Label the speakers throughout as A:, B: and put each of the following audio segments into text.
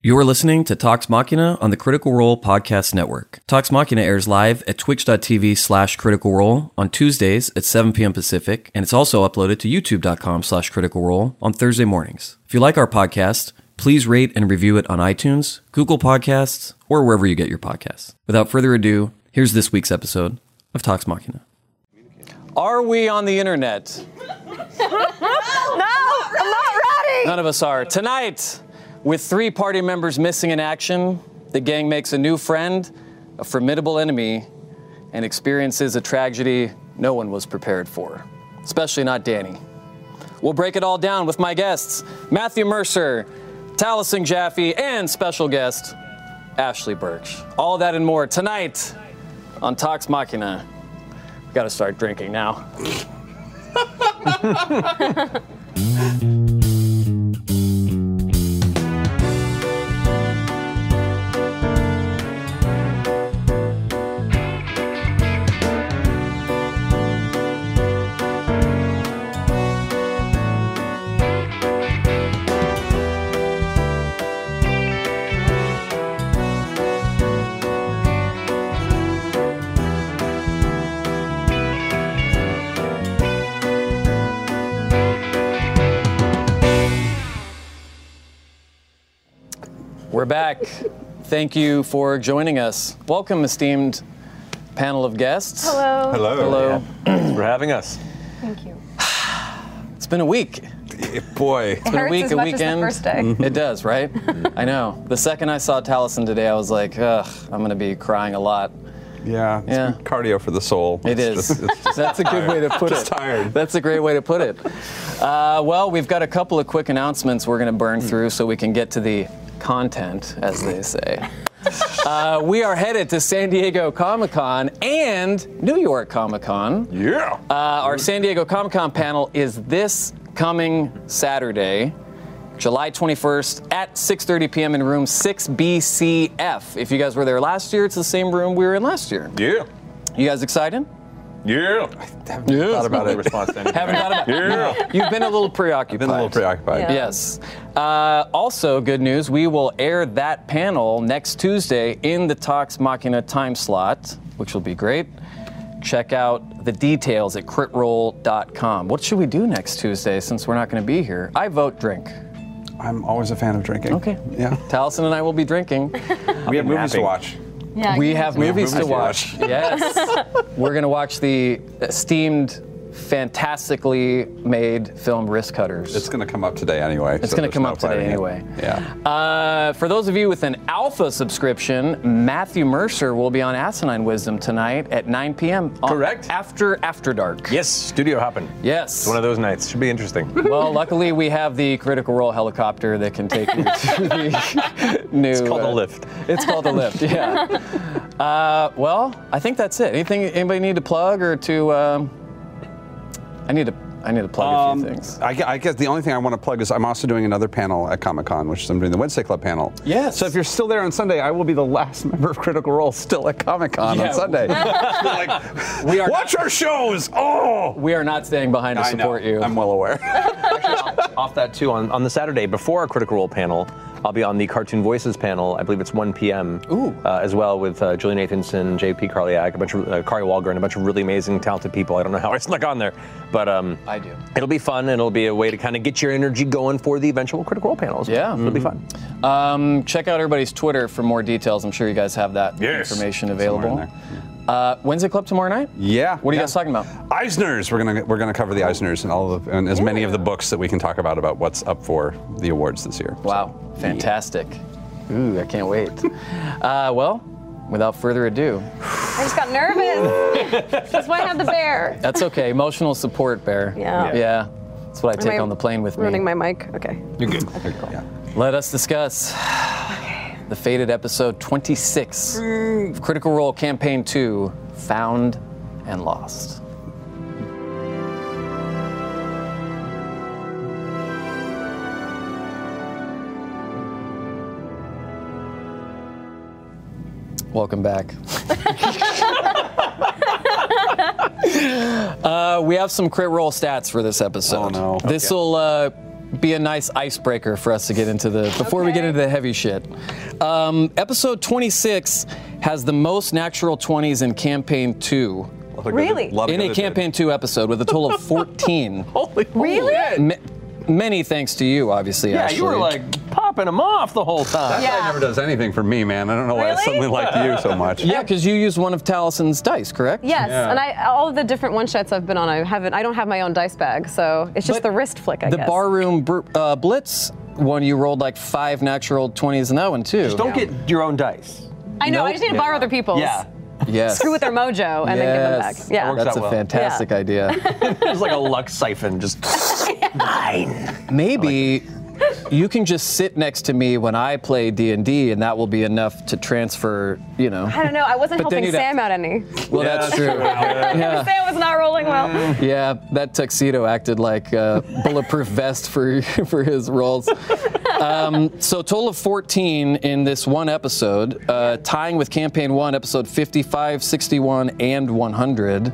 A: You're listening to Talks Machina on the Critical Role Podcast Network. Talks Machina airs live at twitch.tv slash critical role on Tuesdays at 7 p.m. Pacific, and it's also uploaded to youtube.com slash critical role on Thursday mornings. If you like our podcast, please rate and review it on iTunes, Google Podcasts, or wherever you get your podcasts. Without further ado, here's this week's episode of Talks Machina. Are we on the internet?
B: No, I'm not ready.
A: None of us are. Tonight, with three party members missing in action, the gang makes a new friend, a formidable enemy, and experiences a tragedy no one was prepared for, especially not Danny. We'll break it all down with my guests, Matthew Mercer, Taliesin Jaffe, and special guest, Ashley Birch. All that and more tonight on Talks Machina. We gotta start drinking now. We're back. Thank you for joining us. Welcome, esteemed panel of guests.
B: Hello.
C: Hello.
A: Hello.
C: for having us.
B: Thank you.
A: It's been a week.
C: Boy,
B: It hurts
A: week,
B: as
A: a
B: much as
A: weekend. Mm.
B: the first day.
A: It does, right?
C: Mm-hmm.
A: I know. The second I saw Taliesin today, I was like, ugh, I'm going to be crying a lot.
C: yeah, it's
A: Yeah.
C: good cardio for the soul.
A: It is.
C: It's just- it's just
A: That's a good
C: tired.
A: way to put
C: Just
A: it.
C: tired.
A: That's a great way to put it. Uh, well, we've got a couple of quick announcements we're going to burn
C: Hmm.
A: through so we can get to the content, as they say. Uh, we are headed to San Diego Comic Con and New York Comic Con.
C: yeah.
A: Uh, our San Diego Comic Con panel is this coming Saturday, July 21st at 6:30 p.m. in room 6BCF. If you guys were there last year, it's the same room we were in last year.
C: yeah.
A: You guys excited?
C: Yeah. I haven't thought about it. in response to anything.
A: Haven't thought about
C: Yeah.
A: You've been a little preoccupied.
C: Been a little preoccupied.
B: Yeah.
A: Yes. Uh, also, good news, we will air that panel next Tuesday in the Talks Machina time slot, which will be great. Check out the details at critroll.com. What should we do next Tuesday since we're not going to be here? I vote drink.
D: I'm always a fan of drinking.
A: Okay.
D: Yeah.
A: Taliesin and I will be drinking.
C: We have movies to
D: napping.
C: watch.
B: Yeah,
A: We
B: you
A: have
B: do.
A: movies to
C: movies to
A: watch. yes. We're going to watch the esteemed, fantastically made film Risk Cutters.
C: It's going to come up today anyway. It's
A: gonna come up today anyway.
C: Yeah.
A: Uh, for those of you with an Alpha subscription, Matthew Mercer will be on Asinine Wisdom tonight at 9 p.m. on-
C: Correct.
A: Uh, After After Dark.
C: Yes, studio hopping.
A: Yes.
C: One of those nights. Should be interesting.
A: well, luckily we have the Critical Role helicopter that can take you to the new. It's
C: called a lift.
A: It's called a lift. Yeah. Uh, well, I think that's it. Anything anybody need to plug or to? Um, I need to. I need to plug a
C: Um,
A: few things.
D: Um, I, gue- I guess the only thing I want to plug is I'm also doing another panel at Comic Con, which is I'm doing the Wednesday Club panel.
A: Yes.
D: So if you're still there on Sunday, I will be the last member of Critical Role still at Comic Con
A: Yeah.
D: on Sunday. Like,
A: We are
D: watch our shows. Oh.
A: We are not staying behind to
D: I know.
A: support you.
D: I'm well aware.
E: off that too on, on the Saturday before our Critical Role panel,
C: I'll be on the Cartoon Voices panel. I believe it's 1 p.m.
D: Ooh.
C: Uh, as well with uh, Julie Nathanson, J.P. Karliak, a bunch of uh, Kari Walgren, a bunch of really amazing, talented people. I don't know how I snuck on there, but um,
A: I do.
C: It'll be fun, and it'll be a way to kind of get your energy going for the eventual Critical Role panels.
A: Yeah.
C: it'll be fun.
A: Um, check out everybody's Twitter for more details. I'm sure you guys have that information available. Uh, Wednesday Club tomorrow night?
D: Yeah.
A: What are you
D: yeah.
A: guys talking about? Oh.
D: Eisners. We're gonna we're gonna cover the Eisners and all of and as many of the books that we can talk about about what's up for the awards this year.
A: Wow, fantastic. Ooh, I can't wait. uh, well, without further ado,
B: I just got nervous. That's why I have the bear.
A: that's okay. Emotional support, Bear.
B: Yeah.
A: Yeah. That's what I
B: Am
A: take
B: I
A: on the plane with me.
B: Ruining my mic. Okay.
D: You're good. Yeah.
A: Let us discuss the fated episode 26 of Critical Role Campaign 2 Found and Lost. Welcome back. Uh, we have some crit roll stats for this episode.
D: Oh, no.
A: This will uh, be a nice icebreaker for us to get into the before we get into the heavy shit. Um, episode 26 has the most natural 20s in campaign two.
B: Really?
A: In a campaign two episode with a total of 14.
B: Really?
A: Ma- many thanks to you, obviously.
C: Yeah,
A: Ashley.
C: you were like popping them off the whole
A: Uh,
C: time.
D: That guy
B: Yeah.
D: never does anything for me, man. I don't know why I
B: Really?
D: suddenly liked you so much.
A: Yeah, because you used one of Talison's dice, correct?
B: Yes,
D: Yeah.
B: and I all of the different one shots I've been on, I haven't. I don't have my own dice bag, so it's just
A: But
B: the wrist flick. I
A: The
B: guess.
A: barroom br- uh, blitz one, you rolled like five natural 20s in that one, too.
C: Don't get your own dice.
B: I know. I
A: Nope.
B: just need to borrow other people's.
C: Yeah.
A: yes.
B: Screw with their mojo and
A: Yes.
B: then give them back. Yeah.
A: That's a
C: out well.
A: fantastic
B: Yeah.
A: idea.
C: It's like a luck siphon, just mine.
A: Maybe you can just sit next to me when I play D and D, and that will be enough to transfer. You know.
B: I don't know. I wasn't
A: But then
B: helping
A: you'd have-
B: Sam out any.
A: Well, that's true. Yeah.
B: Sam was not rolling well.
A: Yeah, that tuxedo acted like a bulletproof vest for for his roles. Um, so total of 14 in this one episode, uh, tying with campaign one, episode 55, 61, and 100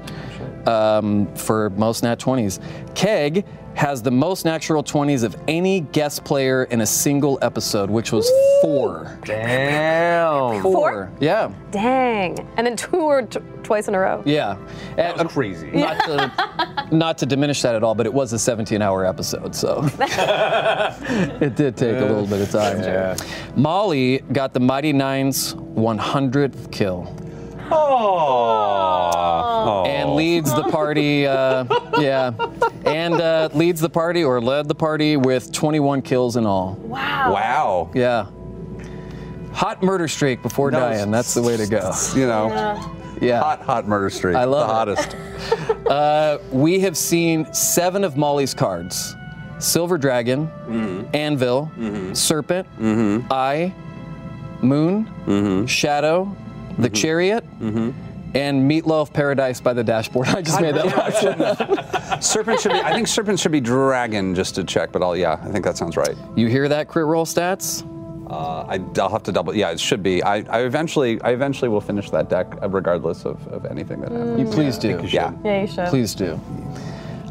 A: um, for most nat 20s. Keg has the most natural 20s of any guest player in a single episode, which was four.
C: Damn.
B: Four?
A: Yeah,
B: Dang. And then two or t- twice in a row.
A: yeah. And-
C: That's crazy.
A: not to, not to diminish that at all, but it was a 17 hour episode, so it did take a little bit of time. Molly got the Mighty Nines 100th kill
D: Oh.
A: and leads the party, uh, yeah, and uh, leads the party or led the party with 21 kills in all.
B: Oh.
D: Wow.
A: Yeah. Hot murder streak before
D: That was-
A: dying. That's the way to go.
D: You know,
A: Yeah.
D: hot, hot murder streak.
A: I love
D: the
A: it.
D: hottest.
A: We have seen seven of Molly's cards Silver Dragon, Anvil, Serpent, Eye, Moon, Shadow, The Chariot, and Meatloaf Paradise by the Dashboard. I just made that last one. up.
D: Serpent should be. I think serpent should be dragon just to check. But I'll. Yeah, I think that sounds right.
A: You hear that crit roll stats?
D: Uh, I, I'll have to double. Yeah, it should be. I, I eventually. I eventually will finish that deck uh, regardless of, of anything that happens.
A: You please do.
D: Yeah.
B: Yeah, you should.
A: Please do.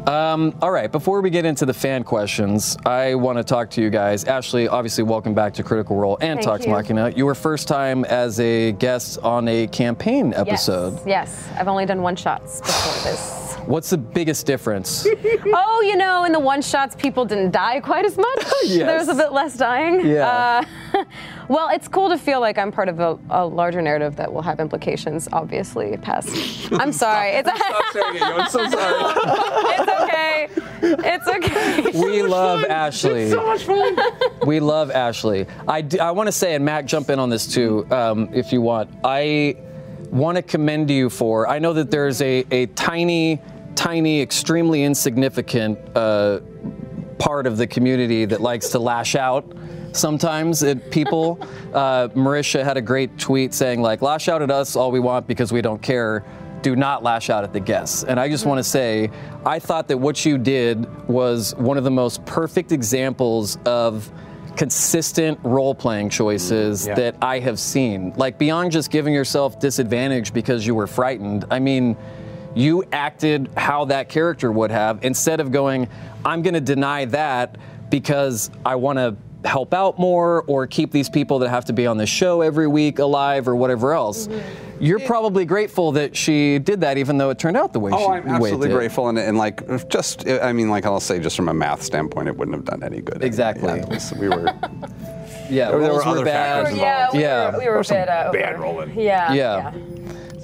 A: Um, all right, before we get into the fan questions, I want to talk to you guys. Ashley, obviously, welcome back to Critical Role and
B: Thank
A: Talks
B: you.
A: Machina. You were first time as a guest on a campaign
B: Yes.
A: episode.
B: Yes. I've only done one shots before this.
A: What's the biggest difference?
B: oh, you know, in the one shots, people didn't die quite as much.
A: Yes.
B: There was a bit less dying.
A: Yeah.
B: Uh, well, it's cool to feel like I'm part of a, a larger narrative that will have implications, obviously, past. I'm sorry. It's,
D: I'm so sorry.
B: it's okay. It's okay.
A: we love Ashley. we love Ashley. I, d- I want to say, and Mac, jump in on this too, um, if you want. I want to commend you for. I know that there's a, a tiny, tiny, extremely insignificant uh, part of the community that likes to lash out sometimes at people. Uh, Marisha had a great tweet saying, like, lash out at us all we want because we don't care. Do not lash out at the guests. And I just want to say, I thought that what you did was one of the most perfect examples of consistent role playing choices that I have seen. Like, beyond just giving yourself disadvantage because you were frightened, I mean, you acted how that character would have instead of going, I'm going to deny that because I want to help out more or keep these people that have to be on the show every week alive or whatever else.
D: Mm-hmm.
A: You're probably grateful that she did that, even though it turned out the way she
D: Oh, I'm
A: the way it
D: absolutely
A: did.
D: grateful, and, and like just, I mean, like I'll say, just from a math standpoint, it wouldn't have done any good.
A: Exactly.
D: Yeah, it was- we were.
A: Yeah,
D: There were
A: roles
D: other
A: bad.
D: factors
B: Yeah, we
A: Yeah.
B: were, we were bad. Uh,
D: bad
B: over-
D: rolling.
B: Yeah.
A: Yeah.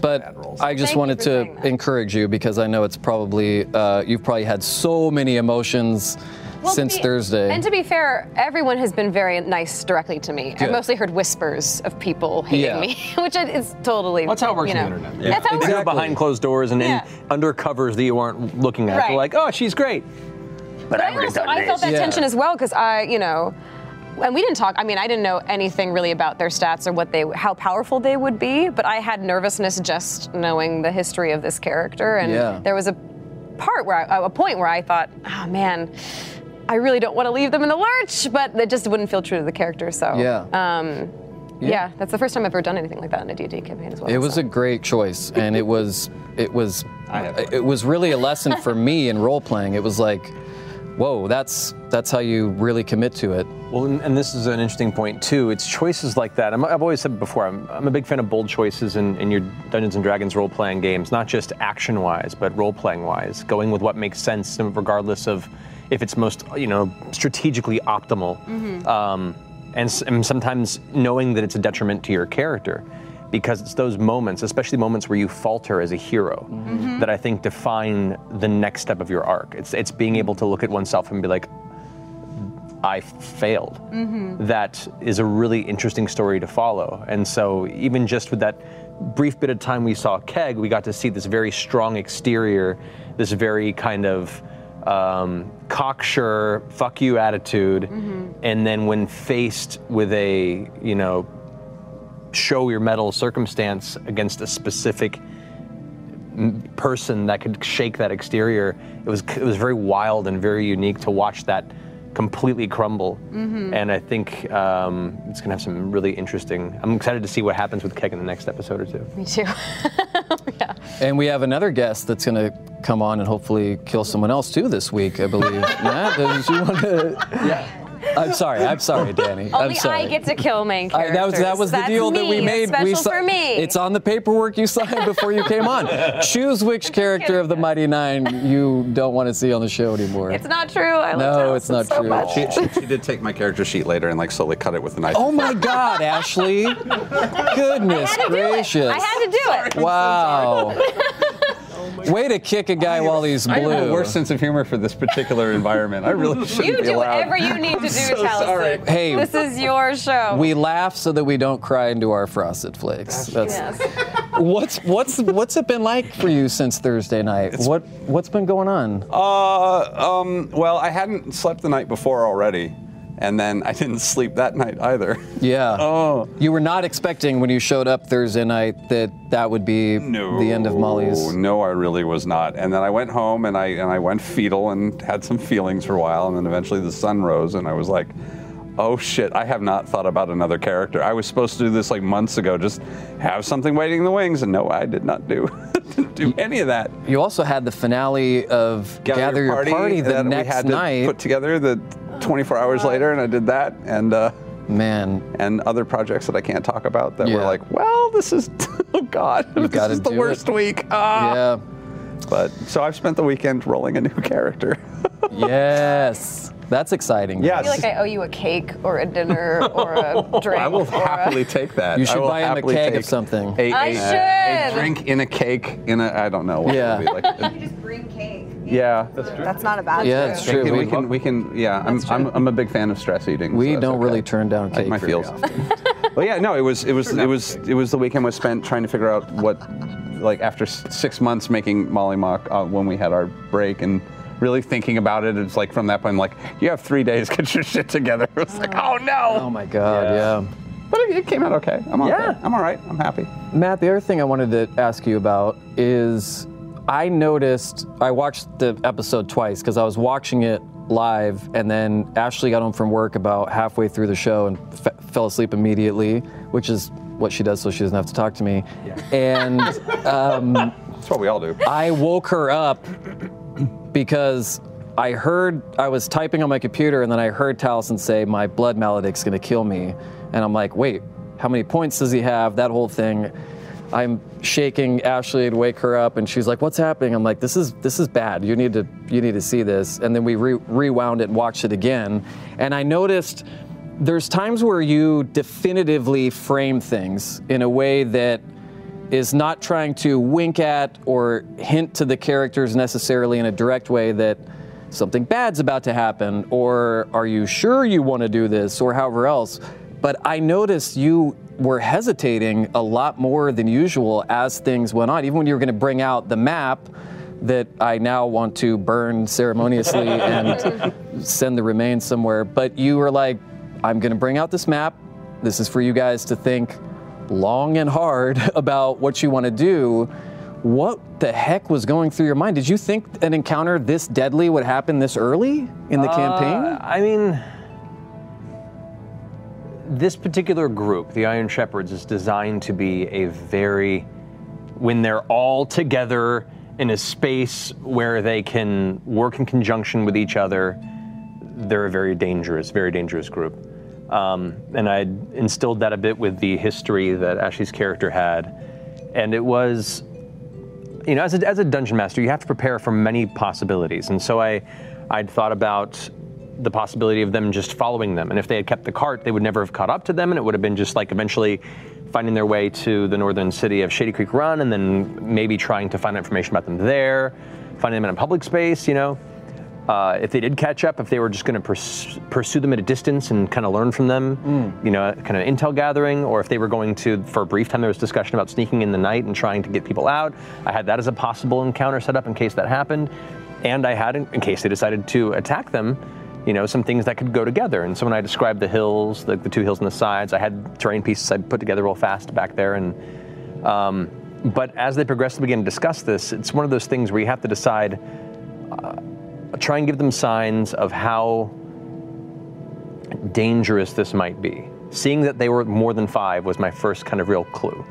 A: But I just
B: Thank you
A: wanted
B: for saying
A: to
B: that.
A: encourage you because I know it's probably uh, you've probably had so many emotions
B: Well, to
A: since
B: be-
A: Thursday.
B: And to be fair, everyone has been very nice directly to me.
A: Good.
B: I've mostly heard whispers of people hating
A: Yeah.
B: me, which I- is totally.
C: That's how it works
B: you
C: on
B: know.
C: the internet.
B: That's how it works.
C: They do it behind closed doors and
B: Yeah.
C: in under covers that you aren't looking at. They're
B: Right.
C: like, oh, she's great. But I
B: I,
C: would have
B: also,
C: done
B: I felt
C: this.
B: that
A: Yeah.
B: tension as well because I, you know, and we didn't talk. I mean, I didn't know anything really about their stats or what they, how powerful they would be. But I had nervousness just knowing the history of this character, and
A: Yeah.
B: there was a part where I, a point where I thought, oh man. I really don't want to leave them in the lurch, but it just wouldn't feel true to the character. So,
A: Yeah.
B: um, yeah. that's the first time I've ever done anything like that in a D&D campaign as well.
A: It was
B: so.
A: a great choice, and it was it was
D: have
A: it was really a lesson for me in role playing. It was like, whoa, that's that's how you really commit to it.
C: Well, and, and this is an interesting point too. It's choices like that. I'm, I've always said before, I'm, I'm a big fan of bold choices in, in your Dungeons and Dragons role-playing games, not just action-wise, but role-playing wise. Going with what makes sense, and regardless of if it's most, you know, strategically optimal. Um, and, s- and sometimes knowing that it's a detriment to your character, because it's those moments, especially moments where you falter as a hero, that I think define the next step of your arc. It's it's being able to look at oneself and be like, I failed. That is a really interesting story to follow. And so, even just with that brief bit of time we saw Keg, we got to see this very strong exterior, this very kind of um, cocksure, fuck you attitude. And then, when faced with a, you know, show your metal circumstance against a specific person that could shake that exterior. It was it was very wild and very unique to watch that completely crumble. And I think um, it's gonna have some really interesting. I'm excited to see what happens with Keg in the next episode or two.
B: me too. yeah.
A: And we have another guest that's going to come on and hopefully kill someone else too this week, I believe. Matt, did you want to? Yeah. I'm sorry. I'm sorry, Danny. I'm
B: Only
A: sorry.
B: I get to kill main
A: I-
B: characters.
A: that was that was the
B: That's
A: deal that
B: me.
A: we
B: It's
A: made.
B: Special
A: we si-
B: for me.
A: It's on the paperwork you signed before you came on. Choose which character of the Mighty Nine you don't want to see on the show anymore.
B: It's not true. I love
A: no,
B: Allison
A: it's not
B: so
A: true.
B: Much.
D: She, she, she did take my character sheet later and like slowly cut it with a knife.
A: Oh my God, Ashley!
B: I
A: Goodness
B: had to do
A: gracious!
B: it. I had to do it. Oh
A: wow. Way to kick a guy while he's blue.
D: I have the worst sense of humor for this particular environment. I really shouldn't
B: You
D: be
B: do
D: allowed.
B: whatever you need to do,
D: so
B: Taliesin.
D: sorry.
A: Hey.
B: this is your show.
A: We laugh so that we don't cry into our frosted flakes. That's
B: yes.
A: what's what's what's it been like for you since Thursday night? what what's been going on?
D: Uh, um, well, I hadn't slept the night before already, and then I didn't sleep that night either.
A: yeah.
D: Oh.
A: You were not expecting when you showed up Thursday night that that would be
D: No.
A: the end of Molly's.
D: No, I really was not. And then I went home and I and I went fetal and had some feelings for a while, and then eventually the sun rose, and I was like, "Oh shit! I have not thought about another character. I was supposed to do this like months ago. Just have something waiting in the wings, and no, I did not do didn't do any of that.
A: You also had the finale of Gather, Your Party, the
D: that
A: next
D: we had
A: night.
D: to put together the 24 hours later, and I did that, and. Uh,
A: Man,
D: and other projects that I can't talk about that were
A: Yeah.
D: like, well, this is, oh God, this
A: gotta
D: is the
A: do
D: worst
A: it.
D: week. Ah.
A: yeah.
D: But so I've spent the weekend rolling a new character.
A: Yes. That's exciting.
B: I
D: yes.
B: feel like I owe you a cake or a dinner or a drink.
D: I will
B: or a-
D: happily take that.
A: You should
D: I will
A: buy him a
D: happily
A: keg of
D: take
A: something.
D: A,
B: I
D: a-
B: should.
D: a drink in a cake in a I don't know. What
A: Yeah.
D: It would be like.
F: You just bring cake.
D: yeah. That's true.
F: That's not a bad
A: Yeah,
F: thing.
A: it's
D: We
A: true.
D: can, we
A: We,
D: can, we can- yeah. I'm, I'm, I'm a big fan of stress eating.
A: we
D: so that's
A: don't
D: okay.
A: really turn down
D: I like
A: cake
D: my
A: very
D: feels.
A: often.
D: Well, yeah, no, it was it was it was it was the weekend was spent trying to figure out what, like after s- six months making Molly Mock uh, when we had our break and really thinking about it. It's like from that point, like you have three days, get your shit together. It's like, oh
A: Oh
D: no,
A: my god, yeah.
D: but it, it came out okay. I'm okay.
A: Yeah.
D: I'm all right. I'm happy.
A: Matt, the other thing I wanted to ask you about is I noticed I watched the episode twice because I was watching it live, and then Ashley got home from work about halfway through the show and f- fell asleep immediately, which is what she does so she doesn't have to talk to me. And
D: That's what we all do.
A: I woke her up because I heard I was typing on my computer, and then I heard Taliesin say, "My blood maledict's gonna kill me," and I'm like, "Wait, how many points does he have?" That whole thing. I'm shaking Ashley to wake her up, and she's like, "What's happening?" I'm like, "This is this is bad. You need to you need to see this." And then we re- rewound it and watched it again, and I noticed there's times where you definitively frame things in a way that is not trying to wink at or hint to the characters necessarily in a direct way that something bad's about to happen or are you sure you want to do this or however else but i noticed you were hesitating a lot more than usual as things went on even when you were going to bring out the map that i now want to burn ceremoniously and send the remains somewhere but you were like i'm going to bring out this map this is for you guys to think long and hard about what you want to do. What the heck was going through your mind? Did you think an encounter this deadly would happen this early in
C: Uh,
A: the campaign?
C: I mean, this particular group, the Iron Shepherds, is designed to be a very, when they're all together in a space where they can work in conjunction with each other, they're a very dangerous, very dangerous group. Um, and I instilled that a bit with the history that Ashley's character had. And it was, you know, as a, as a dungeon master, you have to prepare for many possibilities. And so I, I'd thought about the possibility of them just following them. And if they had kept the cart, they would never have caught up to them, and it would have been just like eventually finding their way to the northern city of Shady Creek Run, and then maybe trying to find out information about them there, finding them in a public space, you know. Uh, if they did catch up, if they were just going to pers- pursue them at a distance and kind of learn from them, you know, kind of intel gathering, or if they were going to, for a brief time, there was discussion about sneaking in the night and trying to get people out. I had that as a possible encounter set up in case that happened. And I had, in, in case they decided to attack them, you know, some things that could go together. And so when I described the hills, like the two hills on the sides, I had terrain pieces I put together real fast back there and um, but as they progressively began to discuss this, it's one of those things where you have to decide, uh, try and give them signs of how dangerous this might be. Seeing that they were more than five was my first kind of real clue.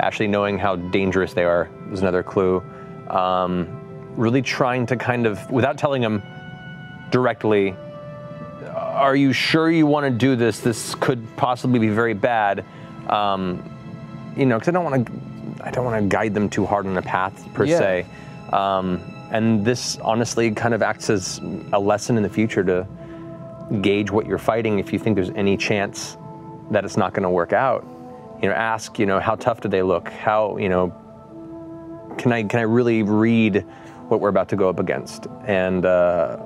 C: Actually, knowing how dangerous they are was another clue. Um, really trying to kind of, without telling them directly, are you sure you want to do this? This could possibly be very bad. Um, you know, because I don't want to, I don't want to guide them too hard on a path per
A: Yeah.
C: se. Um, and this honestly kind of acts as a lesson in the future to gauge what you're fighting. If you think there's any chance that it's not going to work out, you know, ask, you know, how tough do they look? How, you know, can I can I really read what we're about to go up against? And uh,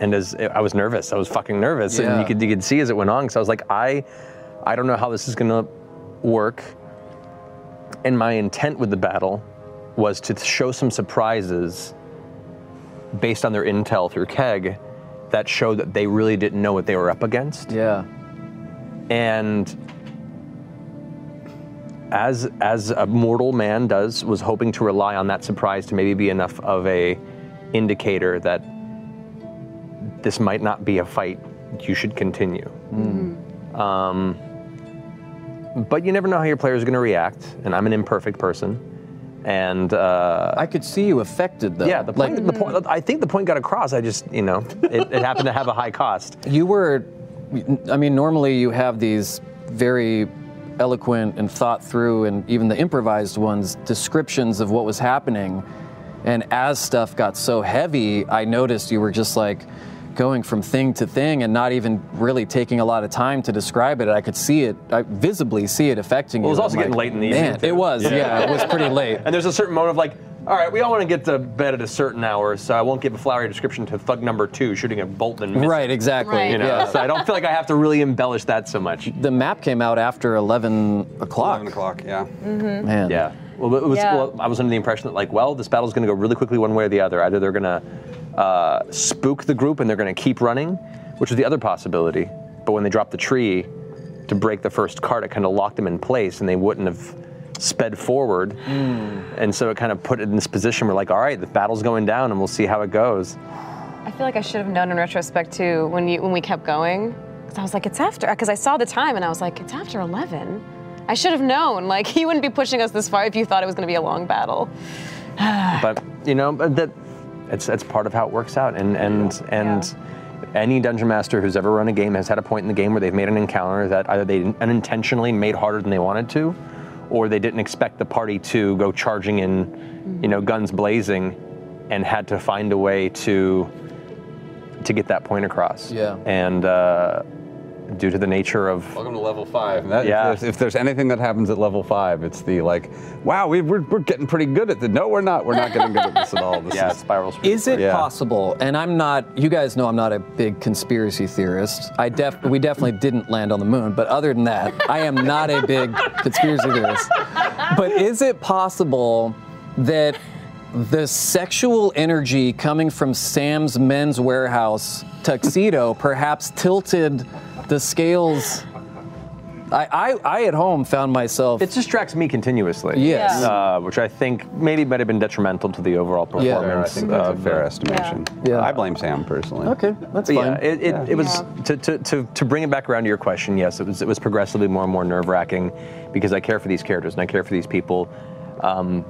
C: and as I was nervous, I was fucking nervous, and
A: Yeah.
C: you could you could see as it went on because I was like, I I don't know how this is gonna work. And my intent with the battle was to show some surprises based on their intel through Keg that showed that they really didn't know what they were up against
A: Yeah.
C: and as as a mortal man does was hoping to rely on that surprise to maybe be enough of a indicator that this might not be a fight you should continue um, but you never know how your players are going to react and i'm an imperfect person and uh,
A: I could see you affected though.
C: yeah the point,
A: Like,
C: the point i think the point got across i just you know it, it happened to have a high cost
A: you were, I mean, normally you have these very eloquent and thought through and even the improvised ones descriptions of what was happening. And as stuff got so heavy, I noticed you were just like going from thing to thing and not even really taking a lot of time to describe it. I could see it, I visibly see it affecting
C: Well,
A: you.
C: it was
A: I'm
C: also getting late in the
A: Man,
C: evening, too."
A: it was, yeah. it was pretty late.
C: And there's a certain moment of like, all right, we all want to get to bed at a certain hour, so I won't give a flowery description to thug number two shooting a bolt and missing.
A: Right, exactly.
B: Right.
C: You know,
A: yeah.
C: so I don't feel like I have to really embellish that so much.
A: The map came out after 11 o'clock.
D: 11 o'clock, yeah.
A: Man.
C: Yeah. Well, it was,
B: Yeah.
C: well, I was under the impression that like, well, this battle's going to go really quickly one way or the other. Either they're going to uh, spook the group and they're going to keep running, which is the other possibility. But when they dropped the tree to break the first cart, it kind of locked them in place, and they wouldn't have sped forward. And so it kind of put it in this position where like, all right, the battle's going down, and we'll see how it goes.
B: I feel like I should have known in retrospect too when you when we kept going. Because I was like, it's after. Because I saw the time and I was like, it's after eleven. I should have known. Like he wouldn't be pushing us this far if you thought it was going to be a long battle.
C: But you know, but that It's that's part of how it works out. And and and any dungeon master who's ever run a game has had a point in the game where they've made an encounter that either they unintentionally made harder than they wanted to, or they didn't expect the party to go charging in, you know, guns blazing, and had to find a way to to get that point across.
D: Yeah.
C: And uh, due to the nature of
D: Welcome to level five. And that- if
C: Yeah.
D: there's- if, there's anything that happens at level five, it's the like, wow, we, we're, we're getting pretty good at the. No, we're not. We're not getting good at this at all. This
C: Yeah,
D: is
C: spiral.
A: Is it
D: Yeah.
A: possible? And I'm not. You guys know I'm not a big conspiracy theorist. I def. We definitely didn't land on the moon. But other than that, I am not a big conspiracy theorist. But is it possible that the sexual energy coming from Sam's men's warehouse tuxedo perhaps tilted the scales? I, I, I at home found myself.
C: It distracts me continuously.
A: Yes. Yeah.
C: Uh, which I think maybe might have been detrimental to the overall
A: Yeah.
C: performance.
A: Fair, I
D: think that's a
C: of
D: fair
C: the-
D: estimation.
A: Yeah.
D: I blame Sam personally.
A: Okay, that's
C: But
A: fine.
C: yeah, it, it, it was to, to, to, to bring it back around to your question. Yes, it was it was progressively more and more nerve wracking because I care for these characters and I care for these people, um,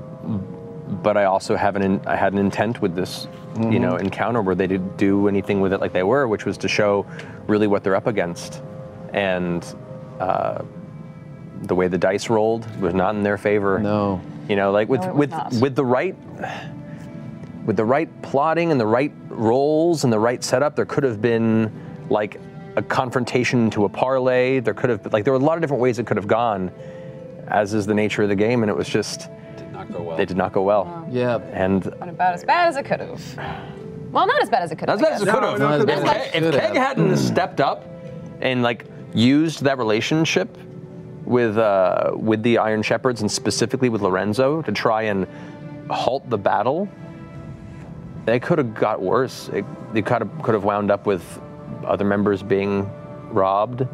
C: but I also have an in, I had an intent with this you know
A: Mhm.
C: encounter where they didn't do anything with it like they were, which was to show really what they're up against, and uh, the way the dice rolled was not in their favor.
A: No,
C: you know, like with
A: No, it was
C: with
A: not.
C: with the right with the right plotting and the right roles and the right setup, there could have been like a confrontation to a parlay. There could have like there were a lot of different ways it could have gone, as is the nature of the game, and it was just did
D: not go well.
C: They did not go well.
A: Yeah,
C: and uh,
B: Not about as bad as it could have. Well, not as bad as it could
C: as
B: have.
C: bad as it could have. If Ke- if Keg hadn't stepped up and like used that relationship with uh, with the Iron Shepherds and specifically with Lorenzo to try and halt the battle, they could have got worse. It, they could have could have wound up with other members being robbed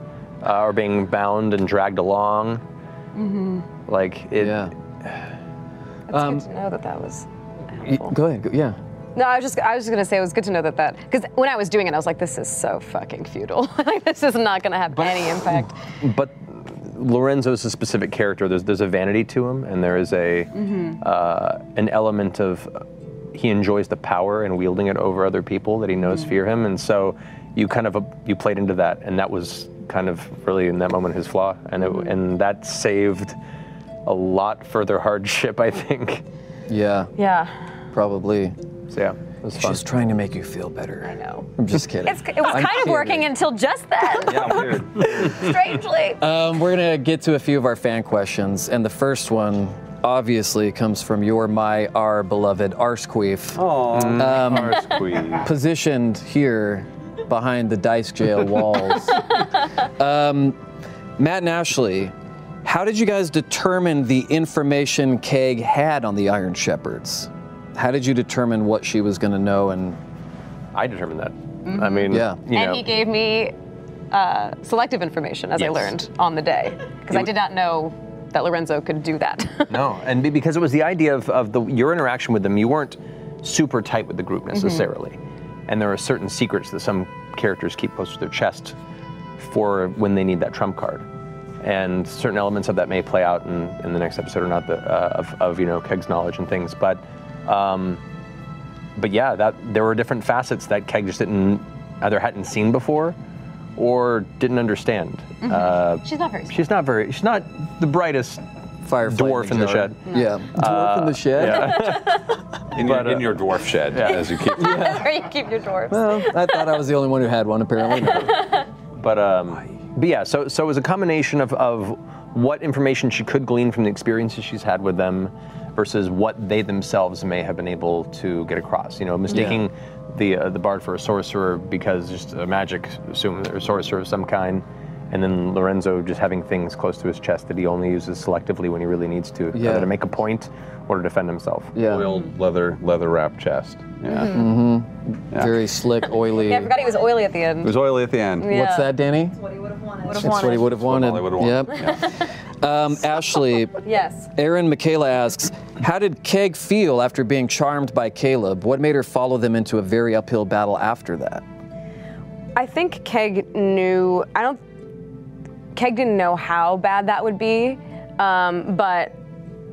C: uh, or being bound and dragged along.
B: Mm-hmm.
C: Like it.
B: It's good to know that that was.
A: Go ahead. Go, yeah.
B: No, I was just I was just gonna say it was good to know that that because when I was doing it, I was like, this is so fucking futile. like this is not gonna have any impact.
C: But Lorenzo's a specific character. There's there's a vanity to him, and there is a
B: Mhm.
C: uh, an element of uh, he enjoys the power and wielding it over other people that he knows
B: Mm-hmm.
C: fear him, and so you kind of uh, you played into that, and that was kind of really in that moment his flaw, and it,
B: Mm-hmm.
C: and that saved a lot further hardship, I think.
A: Yeah.
B: Yeah.
A: Probably.
C: So yeah, it was fun.
A: She's trying to make you feel better. I
B: know.
A: I'm just kidding.
B: It's, it was
A: I'm
B: kind of
A: kidding.
B: working until just then. Strangely.
A: Um, we're gonna get to a few of our fan questions, and the first one obviously comes from your my our beloved Arsqueef. Um,
D: Arsqueef.
A: Positioned here behind the dice jail walls. um, Matt and Ashley, how did you guys determine the information Keg had on the Iron Shepherds? How did you determine what she was gonna know and?
C: I determined that. I mean,
A: yeah.
B: Mm-hmm. and he gave me uh, selective information as I
C: Yes.
B: learned on the day because I did not know that Lorenzo could do that.
C: No, and be- because it was the idea of, of the your interaction with them, you weren't super tight with the group necessarily, and there are certain secrets that some characters keep close to their chest for when they need that trump card, and certain elements of that may play out in, in the next episode or not the, uh, of, of you know Keg's knowledge and things, but um, but yeah, that there were different facets that Keg just didn't either hadn't seen before or didn't understand.
B: Mhm.
C: Uh,
B: She's not very
C: She's not very. She's not the brightest dwarf in the shed. Uh,
A: Yeah, dwarf in the shed.
D: In, your, in your dwarf shed, as you keep.
B: Where you keep your dwarves.
A: Well, I thought I was the only one who had one, apparently.
C: But um, but yeah, so so it was a combination of of what information she could glean from the experiences she's had with them versus what they themselves may have been able to get across. You know, mistaking the uh, the bard for a sorcerer because just a magic assume or sorcerer of some kind. And then Lorenzo just having things close to his chest that he only uses selectively when he really needs to,
A: Yeah.
C: either to make a point or to defend himself.
A: Yeah.
D: Oiled leather, leather wrapped chest. Yeah.
A: Mm-hmm. Very slick, oily.
B: yeah, I forgot uh, he was oily at the
D: It
B: end.
D: was oily at the end.
B: Yeah.
A: What's that, Danny?
B: Would have
A: That's what he would have wanted.
D: would've
A: Yep. um, Ashley,
B: Yes.
A: Aaron Michaela asks, how did Keg feel after being charmed by Caleb? What made her follow them into a very uphill battle after that?
B: I think Keg knew. I don't. Keg didn't know how bad that would be, um, but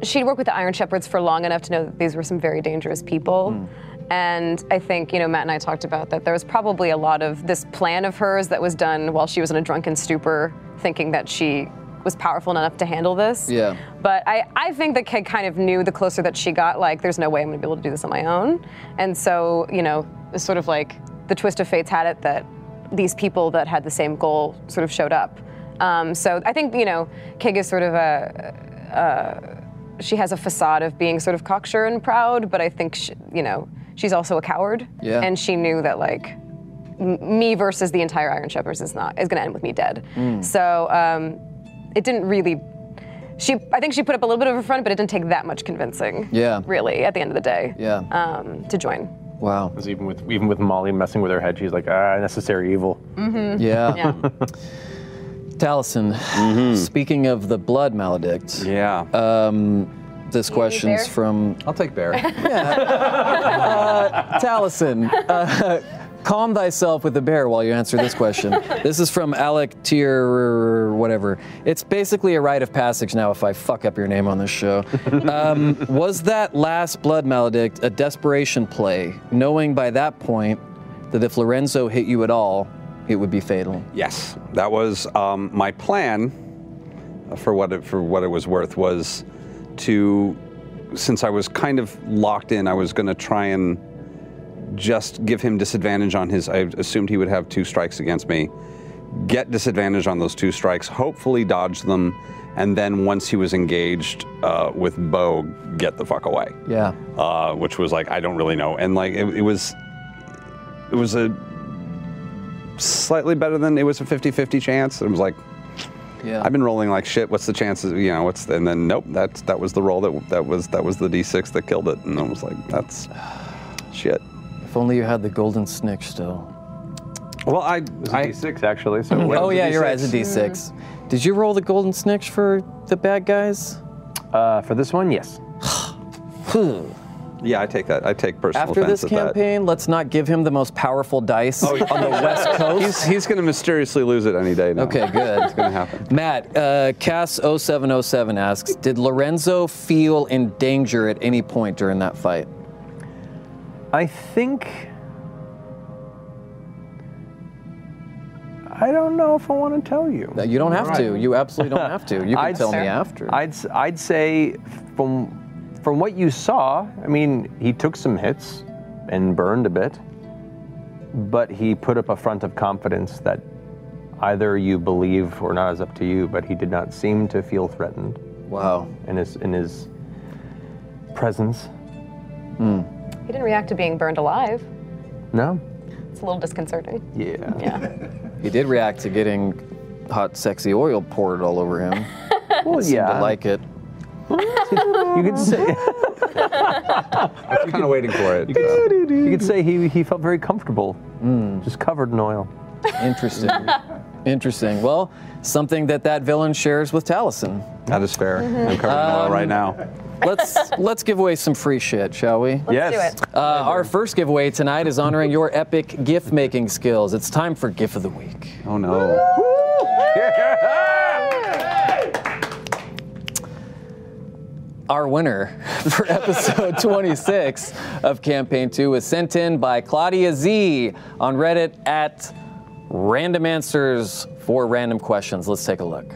B: she'd worked with the Iron Shepherds for long enough to know that these were some very dangerous people, And I think, you know, Matt and I talked about that there was probably a lot of this plan of hers that was done while she was in a drunken stupor, thinking that she was powerful enough to handle this.
A: Yeah.
B: But I, I think the kid kind of knew the closer that she got, like, there's no way I'm going to be able to do this on my own. And so, you know, it's sort of like the twist of fates had it that these people that had the same goal sort of showed up. Um, so I think, you know, Kig is sort of a. Uh, she has a facade of being sort of cocksure and proud, but I think, she, you know, she's also a coward.
A: Yeah.
B: And she knew that, like, m- me versus the entire Iron Shepherds is not is going to end with me dead. So um, it didn't really. She, I think she put up a little bit of a front, but it didn't take that much convincing.
A: Yeah.
B: Really, at the end of the day.
A: Yeah.
B: Um, to join.
A: wow.
C: Because even with even with Molly messing with her head, she's like, ah, necessary evil.
A: Mm-hmm. Yeah.
B: Yeah.
A: Taliesin, Mm-hmm. speaking of the blood maledict,
D: Yeah.
A: this question's
B: there?
A: from
F: I'll take Bear.
A: Taliesin, uh, calm thyself with the bear while you answer this question. this is from Alec Tier, whatever. It's basically a rite of passage now if I fuck up your name on this show. Um, was that last Blood Maledict a desperation play, knowing by that point that if Lorenzo hit you at all, it would be fatal?
D: Yes, that was um, my plan. uh, For what it, for what it was worth was to, since I was kind of locked in, I was going to try and just give him disadvantage on his. I assumed he would have two strikes against me. Get disadvantage on those two strikes. Hopefully dodge them, and then once he was engaged uh, with bow, get the fuck away
A: Yeah.
D: uh, which was like I don't really know, and like it, it was, it was a slightly better than it was a 50-50 chance. It was like
A: Yeah.
D: I've been rolling like shit. What's the chances? You know, what's and then nope, that's that was the roll that that was that was the d6 that killed it, and I was like that's shit.
A: if only you had the golden snitch still.
D: Well, I,
C: It's a
D: I
C: D6 actually. So
A: Oh, yeah, you're right. It's a D6. Did you roll the golden snitch for the bad guys?
C: Uh, for this one, yes.
D: Hmm.
A: Phew.
D: yeah, I take that. I take personal
A: After
D: offense
A: this
D: at that.
A: campaign, let's not give him the most powerful dice
C: Oh,
A: on the West Coast.
D: He's, he's going to mysteriously lose it any day now.
A: Okay, good.
D: It's going to happen.
A: Matt, uh, Cass0707 asks Did Lorenzo feel in danger at any point during that fight?
C: I think. I don't know if I want to tell you.
A: Uh, You don't have to. You absolutely don't have to. You can
C: I'd
A: tell
C: say-
A: me after.
C: I'd s- I'd say from from what you saw, I mean, he took some hits and burned a bit, but he put up a front of confidence that either you believe or not is up to you. But he did not seem to feel threatened
A: wow.
C: in his in his presence.
B: He didn't react to being burned alive.
C: No.
B: It's a little disconcerting.
C: Yeah.
B: Yeah.
A: He did react to getting hot, sexy oil poured all over him.
C: Well,
A: Seemed
C: yeah.
A: to like it.
C: you could say.
D: I'm kind of waiting for it. so.
C: You could say he, he felt very comfortable, just covered in oil.
A: Interesting. Interesting. Well, something that that villain shares with Taliesin.
D: That is fair. I'm covering it all right now.
A: Mm-hmm. Um, Let's let's give away some free shit, shall we?
B: Let's
C: Yes.
B: do it.
A: Uh, our first giveaway tonight is honoring your epic gift making skills. It's time for GIF of the Week.
D: Oh no.
A: Our winner for episode 26 of Campaign 2 was sent in by Claudia Z on Reddit at Random Answers for Random Questions. Let's take a look.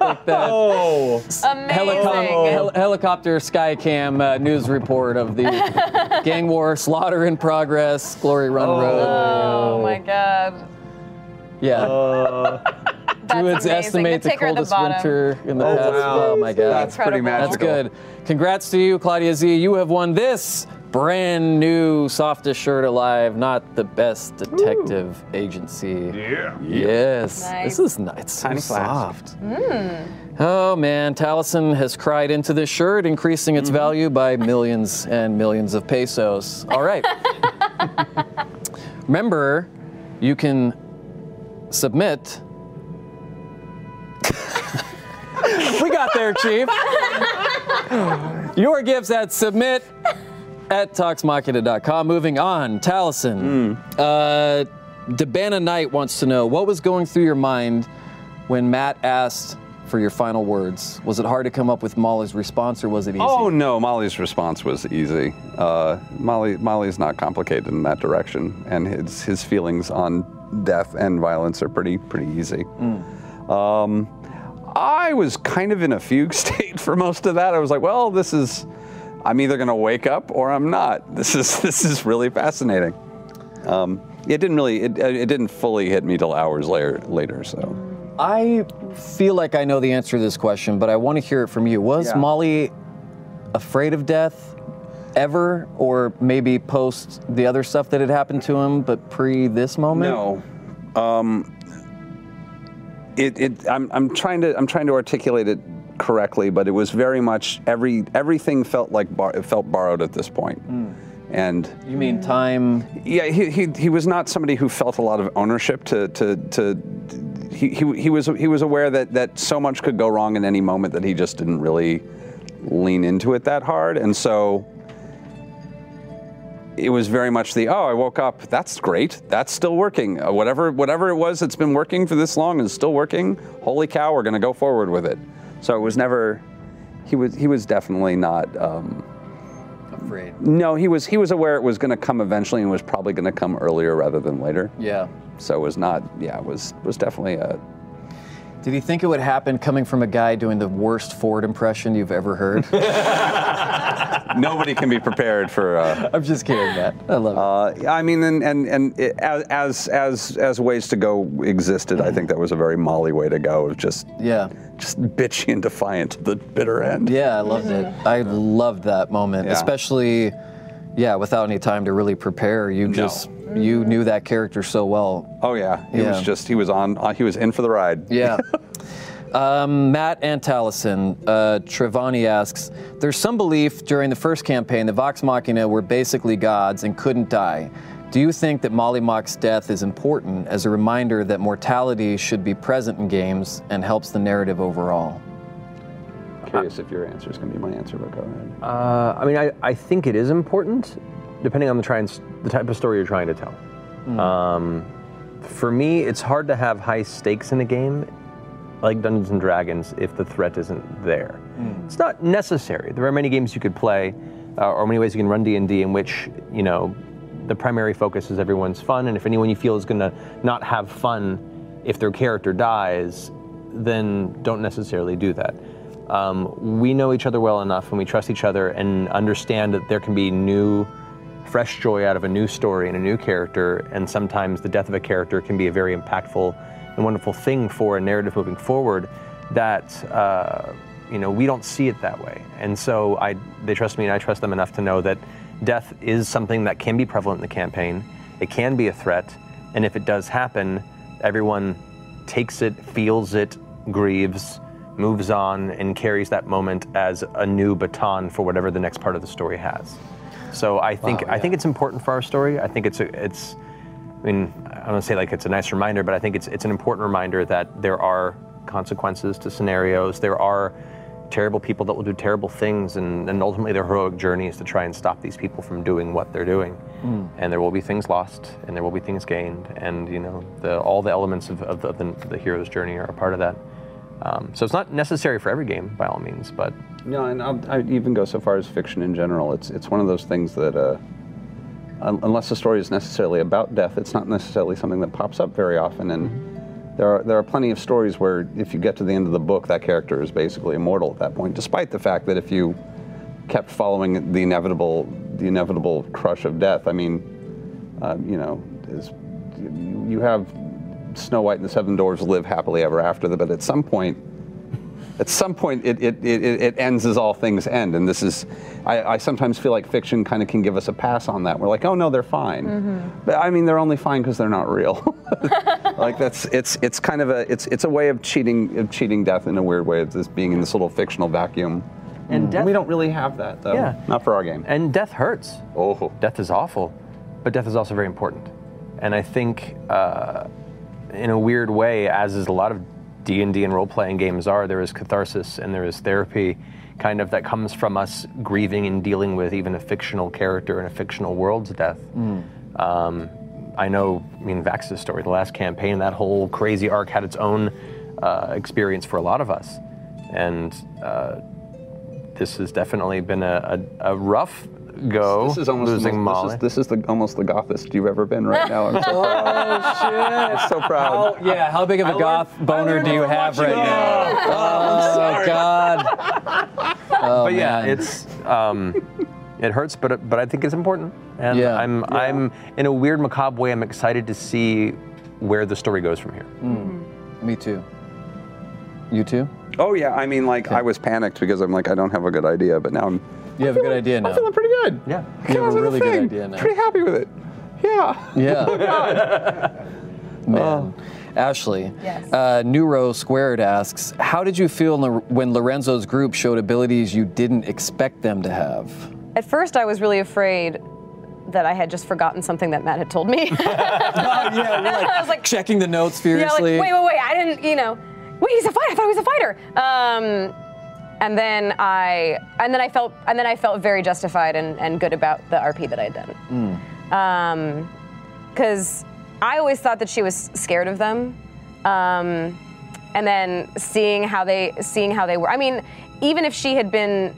A: Like that
B: Amazing.
A: helicopter, hel- helicopter skycam uh, news report of the gang war slaughter in progress, Glory Run Road.
B: Oh my god.
A: Yeah.
B: That's
A: Druids
B: amazing.
A: estimate the
B: ticker at
A: coldest
B: bottom.
A: winter in the past. Oh my God.
D: That's pretty
B: Incredible.
D: magical.
A: That's good. Congrats to you, Claudia Z. You have won this brand new softest shirt alive. Not the best detective agency. Yeah. Yes.
B: Nice. Hmm.
A: This is nice. It's so
D: Tiny flask.
A: soft. Oh man, Taliesin has cried into this shirt, increasing its value by millions and millions of pesos. All right. Remember, you can submit. we got there, Chief. Your gifts at submit at talksmachina.com. Moving on, Taliesin. Uh, Debana Knight wants to know what was going through your mind when Matt asked for your final words. Was it hard to come up with Molly's response, or was it easy?
D: Oh no, Molly's response was easy. Uh, Molly, Molly's not complicated in that direction, and his his feelings on death and violence are pretty pretty easy.
A: Hmm.
D: Um, I was kind of in a fugue state for most of that. I was like, well, this is, I'm either going to wake up or I'm not. This is this is really fascinating. Um, it didn't really, it, it didn't fully hit me till hours later. Later, so.
A: I feel like I know the answer to this question, but I want to hear it from you. Was
D: Yeah.
A: Molly afraid of death ever, or maybe post the other stuff that had happened to him, but pre this moment?
D: No. Um, it, it, I'm, I'm trying to I'm trying to articulate it correctly, but it was very much every everything felt like bar, it felt borrowed at this point. And
A: you mean time?
D: Yeah, he, he, he was not somebody who felt a lot of ownership to to, to he, he, he was he was aware that, that so much could go wrong in any moment that he just didn't really lean into it that hard. And so it was very much the oh I woke up that's great that's still working Uh, whatever whatever it was that's been working for this long is still working holy cow we're gonna go forward with it so it was never he was he was definitely not um,
A: afraid
D: no he was he was aware it was gonna come eventually and was probably gonna come earlier rather than later
A: Yeah.
D: so it was not yeah it was was definitely a
A: Did he think it would happen coming from a guy doing the worst Ford impression you've ever heard?
D: nobody can be prepared for. Uh,
A: I'm just kidding, Matt. I
D: love it. Uh, I mean, and and and it, as as as ways to go existed, I think that was a very Molly way to go. It was just
A: yeah,
D: just bitchy and defiant to the bitter end.
A: Yeah, I loved it. I loved that moment,
D: Yeah.
A: especially, yeah, without any time to really prepare. You just you knew that character so well.
D: Oh yeah, he
A: Yeah.
D: was just he was on uh, he was in for the ride.
A: Yeah. Um, Matt Antalison, uh, Trevani asks, there's some belief during the first campaign that Vox Machina were basically gods and couldn't die. Do you think that Molly Mock's death is important as a reminder that mortality should be present in games and helps the narrative overall?
D: Curious if your answer is going to be my answer, but go ahead.
C: Uh, I mean, I, I think it is important, depending on the, try the type of story you're trying to tell. Um, for me, it's hard to have high stakes in a game like Dungeons and Dragons if the threat isn't there. It's not necessary. There are many games you could play, uh, or many ways you can run D and D in which you know the primary focus is everyone's fun, and if anyone you feel is going to not have fun if their character dies, then don't necessarily do that. Um, we know each other well enough, and we trust each other, and understand that there can be new fresh joy out of a new story and a new character, and sometimes the death of a character can be a very impactful and wonderful thing for a narrative moving forward. That uh, you know we don't see it that way, and so I they trust me and I trust them enough to know that death is something that can be prevalent in the campaign. It can be a threat, and if it does happen, everyone takes it, feels it, grieves. Moves on and carries that moment as a new baton for whatever the next part of the story has. So I think I think it's important for our story. I think it's a, it's I mean I don't wanna say like it's a nice reminder, but I think it's it's an important reminder that there are consequences to scenarios. There are terrible people that will do terrible things, and, and ultimately their heroic journey is to try and stop these people from doing what they're doing. And there will be things lost, and there will be things gained, and you know the, all the elements of, of, the, of the, the hero's journey are a part of that. Um, so it's not necessary for every game by all means, but
D: No, and I'll, I'd even go so far as fiction in general. It's it's one of those things that, uh, un- unless the story is necessarily about death, it's not necessarily something that pops up very often. And there are there are plenty of stories where, if you get to the end of the book, that character is basically immortal at that point, despite the fact that if you kept following the inevitable the inevitable crush of death, I mean, uh, you know, is, you, you have Snow White and the Seven Dwarfs live happily ever after, but at some point at some point it, it, it, it it ends as all things end and this is i, I sometimes feel like fiction kind of can give us a pass on that we're like oh no they're fine but i mean they're only fine because they're not real like that's it's it's kind of a it's it's a way of cheating of cheating death in a weird way of this being in this little fictional vacuum and we don't really have that though
C: Yeah.
D: not for our game
C: And death hurts.
D: Oh.
C: Death is awful, but death is also very important. And I think, uh, in a weird way, as is a lot of D and D and role-playing games are, there is catharsis and there is therapy, kind of that comes from us grieving and dealing with even a fictional character in a fictional world's death. Um, I know, I mean, Vax's story, the last campaign, that whole crazy arc had its own uh, experience for a lot of us. And uh, this has definitely been a, a, a rough go
D: This is almost
C: losing
D: the most,
C: Molly.
D: This is, this is the, almost the gothest you've ever been right now. I'm so proud.
A: I'm
D: so proud.
A: How, yeah, how big of a goth boner do you have right now? Oh, God.
C: but yeah,
A: Oh, man.
C: it's um, it hurts, but it- but I think it's important. And
A: Yeah.
C: I'm I'm in a weird macabre way. I'm excited to see where the story goes from here.
D: Mm.
A: Me too. You too?
D: Oh yeah, I mean, like I was panicked because I'm like I don't have a good idea, but now I'm
A: You have a good idea now.
D: I'm feeling pretty good.
A: You
C: Yeah.
A: have a
D: That was
A: really
D: the
A: good
D: thing.
A: idea now.
D: Pretty happy with it. Yeah.
A: Yeah. Uh. Man. Ashley,
B: Yes.
A: uh, Neuro Squared asks, how did you feel lo- when Lorenzo's group showed abilities you didn't expect them to have?
B: At first, I was really afraid that I had just forgotten something that Matt had told me.
A: yeah,
B: I was like,
A: checking the notes furiously.
B: Yeah, like, wait, wait, wait. I didn't, you know, wait, he's a fighter. I thought he was a fighter. Um, and then I, and then I felt, and then I felt very justified and, and good about the RP that I had done. Um, cause I always thought that she was scared of them. Um, and then seeing how they, seeing how they were, I mean, even if she had been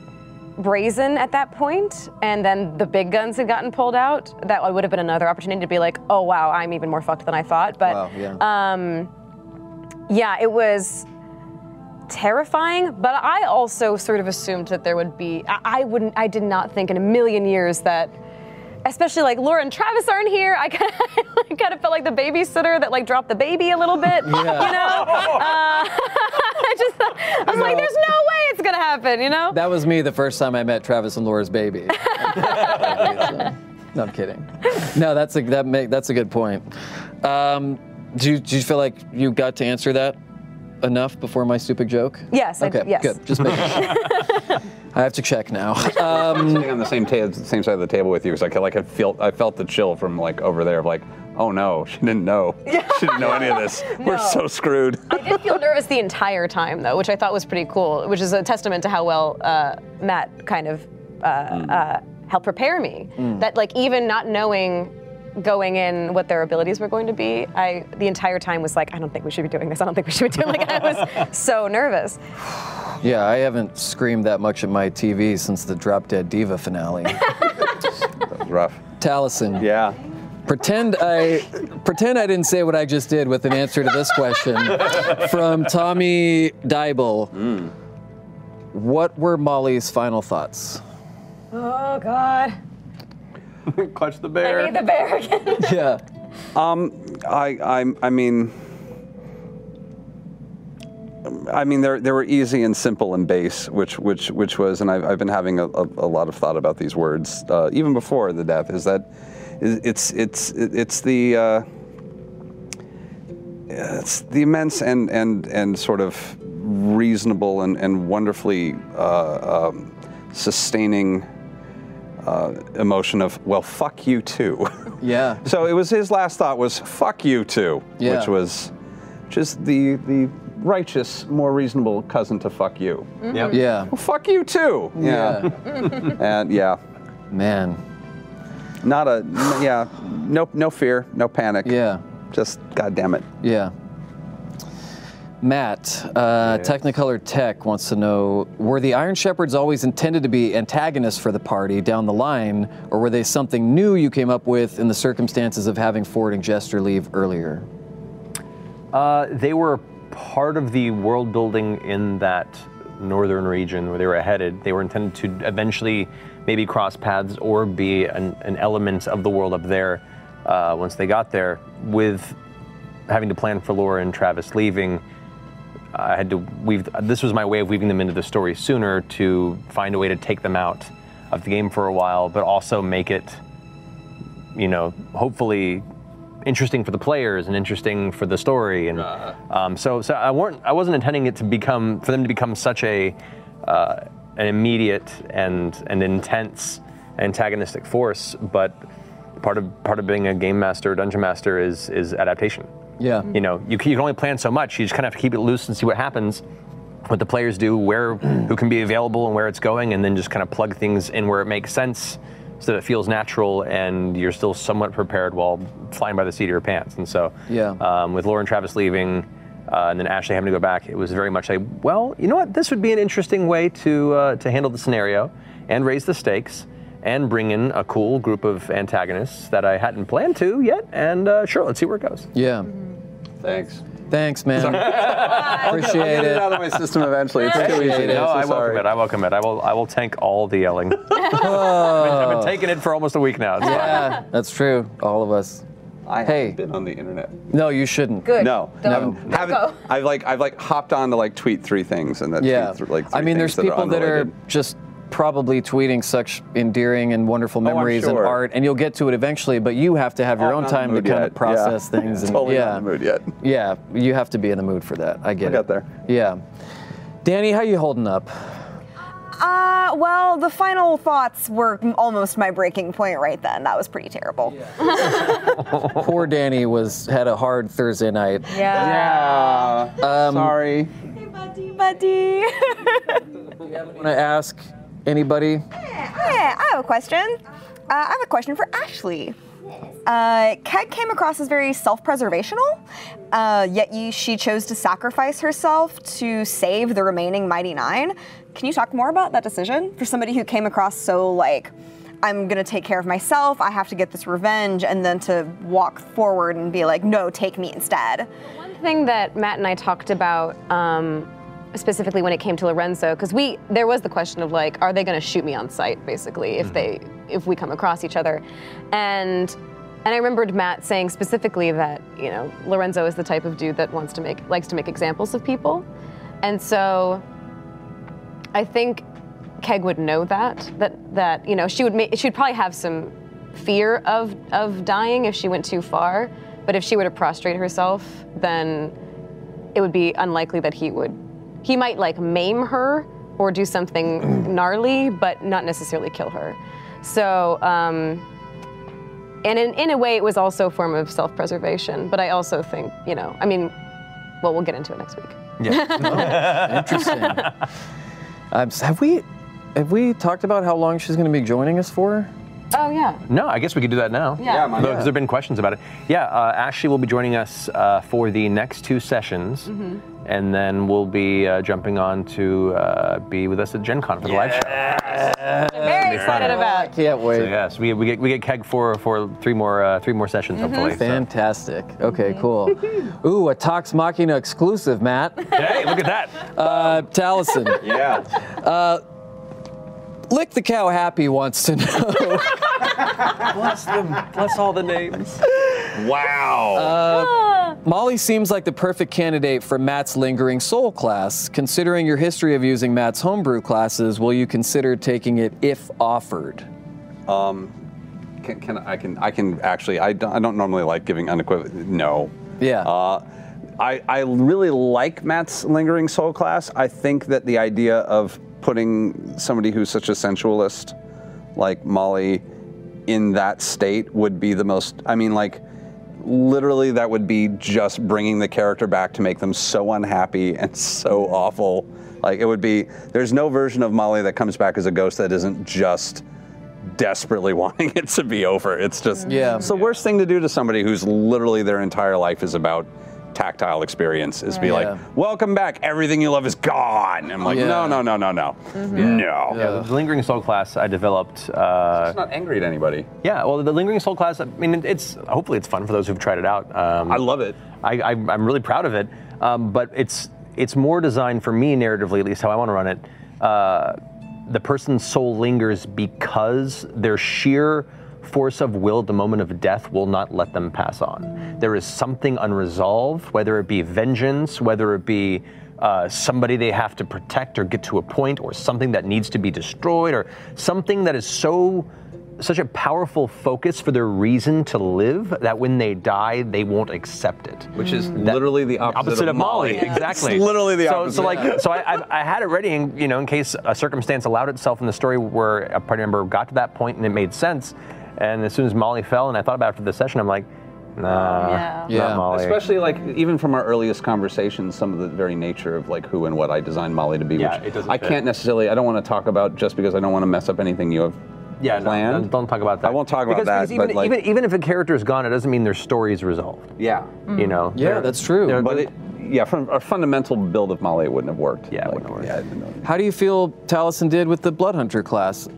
B: brazen at that point and then the big guns had gotten pulled out that would have been another opportunity to be like oh wow i'm even more fucked than i thought but
A: Wow, yeah.
B: um, yeah, it was terrifying, but I also sort of assumed that there would be. I, I wouldn't. I did not think in a million years that, especially like Laura and Travis aren't here. I kind of, kind of felt like the babysitter that like dropped the baby a little bit. You know, uh, I just, thought- I was like, there's no way it's gonna happen. You know.
A: That was me the first time I met Travis and Laura's baby. no, I'm kidding. No, that's a that make, that's a good point. Um, do you, do you feel like you got to answer that enough before my stupid joke?
B: Yes, I-
A: Okay.
B: yes.
A: Good. Just making sure. I have to check now. Um,
D: I'm sitting on the same ta- same side of the table with you, so I could, like I felt I felt the chill from like over there of like, oh no, she didn't know, she didn't know any of this. We're so screwed.
B: I did feel nervous the entire time, though, which I thought was pretty cool, which is a testament to how well uh, Matt kind of uh,
D: Mm.
B: uh, helped prepare me. That, like, even not knowing going in what their abilities were going to be, I the entire time was like, I don't think we should be doing this. I don't think we should be doing. Like, I was so nervous.
A: yeah, I haven't screamed that much at my TV since the Drop Dead Diva finale.
D: Rough.
A: Tallison.
D: Yeah.
A: Pretend I pretend I didn't say what I just did with an answer to this question from Tommy Dybel. What were Molly's final thoughts?
B: Oh God,
C: Clutch the
B: I need the bear again.
A: Yeah.
D: I I I mean. I mean, there there were easy and simple and base, which which which was, and I've, I've been having a, a, a lot of thought about these words uh, even before the death. Is that is- it's it's it's the uh, it's the immense and and and sort of reasonable and and wonderfully uh, um, sustaining uh, emotion of well, fuck you too.
A: Yeah.
D: So it was his last thought was "fuck you too,"
A: Yeah.
D: which was just the the righteous, more reasonable cousin to "fuck you."
A: Yeah.
D: Well, fuck you too. Yeah. and yeah,
A: Man.
D: not a n- yeah, no no fear, no panic.
A: Yeah.
D: Just goddamn it.
A: Yeah. Matt, uh, Technicolor Tech wants to know Were the Iron Shepherds always intended to be antagonists for the party down the line, or were they something new you came up with in the circumstances of having Ford and Jester leave earlier?
C: Uh, they were part of the world building in that northern region where they were headed. They were intended to eventually maybe cross paths or be an, an element of the world up there uh, once they got there. With having to plan for Laura and Travis leaving, I had to weave. This was my way of weaving them into the story sooner to find a way to take them out of the game for a while, but also make it, you know, hopefully interesting for the players and interesting for the story. And um, so, so I weren't. I wasn't intending it to become for them to become such a uh, an immediate and and intense antagonistic force, but. Part of part of being a game master, dungeon master, is is adaptation
A: Yeah.
C: you know you can, you can only plan so much you just kind of have to keep it loose and see what happens what the players do where who can be available and where it's going and then just kind of plug things in where it makes sense so that it feels natural and you're still somewhat prepared while flying by the seat of your pants and so
A: Yeah.
C: um, with lauren travis leaving uh, and then Ashley having to go back, it was very much a well, you know what? This would be an interesting way to uh, to handle the scenario and raise the stakes and bring in a cool group of antagonists that I hadn't planned to yet. And uh, sure, let's see where it goes.
A: Yeah.
C: Thanks.
A: Thanks, man.
C: I'll
A: Appreciate
C: get it
A: it.
C: out
D: of my system eventually.
C: It's too easy.
A: Appreciate it.
C: No, I
A: sorry.
C: welcome it. I welcome it. I will. I will tank all the yelling. Oh. I've, been, I've been taking it for almost a week now. It's fine.
A: Yeah, that's true. All of us.
D: I
A: Hey.
D: haven't been on the internet.
A: No, you shouldn't.
B: Good.
D: No,
B: Don't-
D: I've-
B: don't
D: haven't.
B: go.
D: I've like I've like hopped on to like tweet three things and that's
A: Yeah.
D: like. Three
A: I mean, there's
D: things
A: people that are
D: unrelated.
A: just probably tweeting such endearing and wonderful
D: Oh, I'm
A: memories and
D: sure.
A: art, and you'll get to it eventually, but you have to have your
D: I'm
A: own
D: not in
A: time to
D: the mood
A: kind
D: yet.
A: of process
D: Yeah.
A: things. And,
D: Totally
A: yeah.
D: not in the mood yet.
A: Yeah, you have to be in the mood for that. I get
D: I
A: it.
D: got there.
A: Yeah. Danny, how you holding up?
F: Uh, well, the final thoughts were m- almost my breaking point right then. That was pretty terrible.
A: Poor Danny was had a hard Thursday night.
D: Yeah. Sorry.
F: Hey, buddy, buddy.
A: Want to ask anybody?
F: Yeah, I have a question. Uh, I have a question for Ashley. Uh, Keg came across as very self-preservational, uh, yet ye, she chose to sacrifice herself to save the remaining Mighty Nine. Can you talk more about that decision for somebody who came across so like, I'm gonna take care of myself. I have to get this revenge, and then to walk forward and be like, no, take me instead.
B: thing that Matt and I talked about um, specifically when it came to Lorenzo, because we there was the question of like, are they going to shoot me on sight, basically, if they if we come across each other, and and I remembered Matt saying specifically that you know Lorenzo is the type of dude that wants to make likes to make examples of people, and so I think Keg would know that that that you know she would ma- she'd probably have some fear of of dying if she went too far, but if she were to prostrate herself, then it would be unlikely that he would. He might like maim her or do something gnarly, but not necessarily kill her. So. Um, and in, in a way, it was also a form of self preservation. But I also think, you know, I mean, well, we'll get into it next week.
A: Interesting. Um, s- have we have we talked about how long she's going to be joining us for?
B: Oh, yeah.
C: No, I guess we could do that now.
B: Yeah. Yeah,
C: because there have been questions about it. Yeah, uh, Ashley will be joining us uh, for the next two sessions,
A: Mm-hmm.
C: and then we'll be uh, jumping on to uh, be with us at Gen Con for the live show.
B: Very excited about.
A: I can't wait.
C: So yes, we, we get we get keg for for three more uh, three more sessions hopefully. so.
A: Mm-hmm. Fantastic. Okay, cool. Ooh, a Tox Machina exclusive, Matt.
C: Hey, look at that.
A: Uh, Taliesin, Uh,
D: Yeah.
A: Lick the Cow Happy wants to know.
C: bless them. Bless all the names.
G: Wow.
A: uh, Molly seems like the perfect candidate for Matt's lingering soul class. Considering your history of using Matt's homebrew classes, will you consider taking it if offered?
D: Can, can I can I can actually I don't, I don't normally like giving unequivocal no.
A: Yeah.
D: Uh, I I really like Matt's lingering soul class. I think that the idea of putting somebody who's such a sensualist like Molly in that state would be the most. I mean, like literally that would be just bringing the character back to make them so unhappy and so awful. Like it would be. There's no version of Molly that comes back as a ghost that isn't just desperately wanting it to be over. It's just
A: Yeah.
D: It's the worst thing to do to somebody who's literally their entire life is about tactile experience is be
A: Yeah.
D: like, "Welcome back. Everything you love is gone." I'm like,
A: Yeah.
D: "No, no, no, no, no. No."
C: Mm-hmm. Yeah, the lingering soul class I developed. Uh,
D: It's not angry at anybody.
C: yeah, well, the lingering soul class. I mean, it- it's hopefully it's fun for those who've tried it out. Um,
D: I love it.
C: I, I, I'm really proud of it, um, but it's it's more designed for me narratively, at least how I want to run it. Uh, the person's soul lingers because their sheer force of will at the moment of death will not let them pass on. There is something unresolved, whether it be vengeance, whether it be uh, somebody they have to protect or get to a point, or something that needs to be destroyed, or something that is so such a powerful focus for their reason to live that when they die, they won't accept it. Which is
D: Mm. literally the opposite of
C: Molly.
D: Molly.
C: Exactly.
D: It's literally the
C: so,
D: opposite.
C: So like, so I, I, I had it ready, in, you know, in case a circumstance allowed itself in the story where a party member got to that point and it made sense. And as soon as Molly fell, and I thought about it after the session, I'm like, nah, not
D: uh,
A: Yeah.
C: Molly.
D: Especially like even from our earliest conversations, some of the very nature of like who and what I designed Molly to be.
C: Yeah,
D: which
C: it doesn't
D: I
C: fit.
D: can't necessarily. I don't want to talk about just because I don't want to mess up anything you have
C: yeah, no,
D: planned.
C: don't, don't talk about that.
D: I won't talk about
C: because,
D: that,
C: Because even,
D: but, like-
C: even, even if a character is gone, it doesn't mean their story is resolved.
D: Yeah.
C: You know.
A: Yeah,
C: They're-
A: that's true.
C: they're-
D: But it, yeah, from a fundamental build of Molly, it wouldn't have worked. Yeah, it wouldn't have worked.
A: How do you feel Taliesin did with the Bloodhunter class?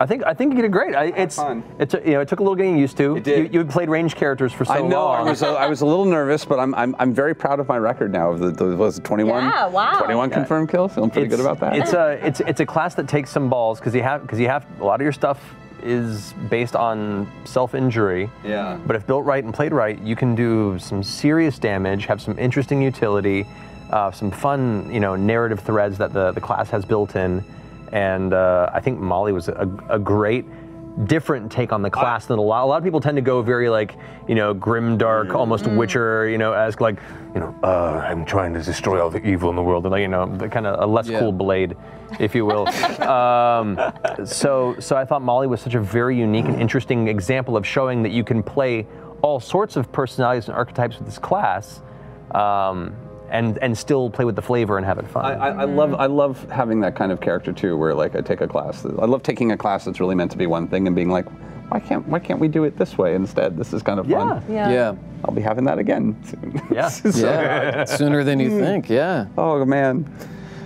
C: I think I think you did great. I, it's it's you know it took a little getting used to. It did. You, you had played range characters for so
D: I know.
C: long.
D: I was uh, a, I was a little nervous, but I'm, I'm I'm very proud of my record now. Of the, the was it 21,
C: Yeah, wow.
D: 21
C: Yeah.
D: confirmed kills. Feeling pretty
C: It's-
D: good about that.
C: It's a it's it's a class that takes some balls because you have because you have a lot of your stuff is based on self-injury.
D: Yeah.
C: But if built right and played right, you can do some serious damage, have some interesting utility, uh, some fun you know narrative threads that the the class has built in, and uh, I think Molly was a, a great. Different take on the class than a lot. A lot of people tend to go very like, you know, grim, dark, almost Witcher. You know, as like, you know, uh, I'm trying to destroy all the evil in the world, and like, you know, the kind of a less
A: Yeah.
C: cool blade, if you will. um, so, so I thought Molly was such a very unique and interesting example of showing that you can play all sorts of personalities and archetypes with this class, um, and and still play with the flavor and having fun.
D: I, I, I love I love having that kind of character too, where like I take a class. that- I love taking a class that's really meant to be one thing and being like, why can't why can't we do it this way instead? This is kind of fun.
A: Yeah. Yeah.
D: I'll be having that again soon.
C: Yeah.
A: Yeah, sooner than you
D: Hmm.
A: think, Yeah.
D: Oh man.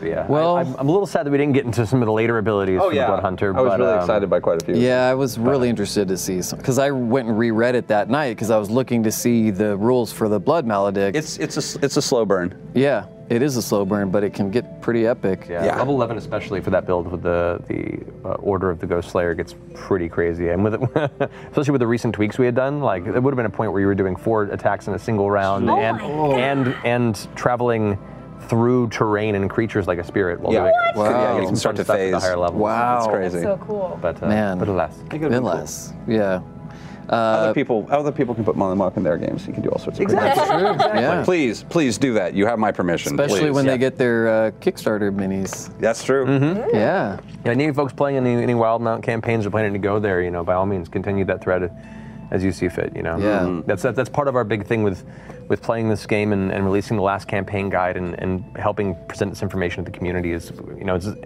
C: Yeah. Well, I, am I'm a little sad that we didn't get into some of the later abilities
A: Oh,
C: for
A: yeah.
C: the Blood Hunter.
A: I was
C: but,
A: really
C: um,
A: excited
D: by quite a few.
A: Yeah, I was
D: Uh-huh.
A: really interested to see some because I went and reread it that night because I was looking to see the rules for the blood maledict.
D: It's it's a it's a slow burn.
A: Yeah, it is a slow burn, but it can get pretty epic.
C: Yeah. level 11 especially for that build with the the uh, Order of the Ghost Slayer gets pretty crazy, and with it, especially with the recent tweaks we had done, like it would have been a point where you were doing four attacks in a single round,
H: Oh
C: and
H: my God.
C: and and traveling through terrain and creatures like a spirit while
H: Yeah.
C: doing it.
H: What?
A: Wow.
C: Yeah, you can start to phase at the higher level.
A: Wow. That's crazy.
H: That's so cool.
C: But uh,
A: Man.
C: but alas,
A: Been less. Yeah.
C: Uh,
D: other people other people can put Mollymock in their games. You can do all sorts of
A: Exactly.
D: crazy
A: True,
D: things.
A: exactly. Yeah.
D: Please, please do that. You have my permission.
A: Especially
D: please. Hmm.
A: when Mm-hmm. they get their uh, Kickstarter minis.
D: That's true.
A: Yeah.
C: Yeah, any folks playing any, any Wild Mount campaigns or planning to go there, you know, by all means, continue that thread as you see fit. You know,
A: Yeah. Mhm.
C: that's that, that's part of our big thing with with playing this game and, and releasing the last campaign guide and, and helping present this information to the community. Is you know, it's, as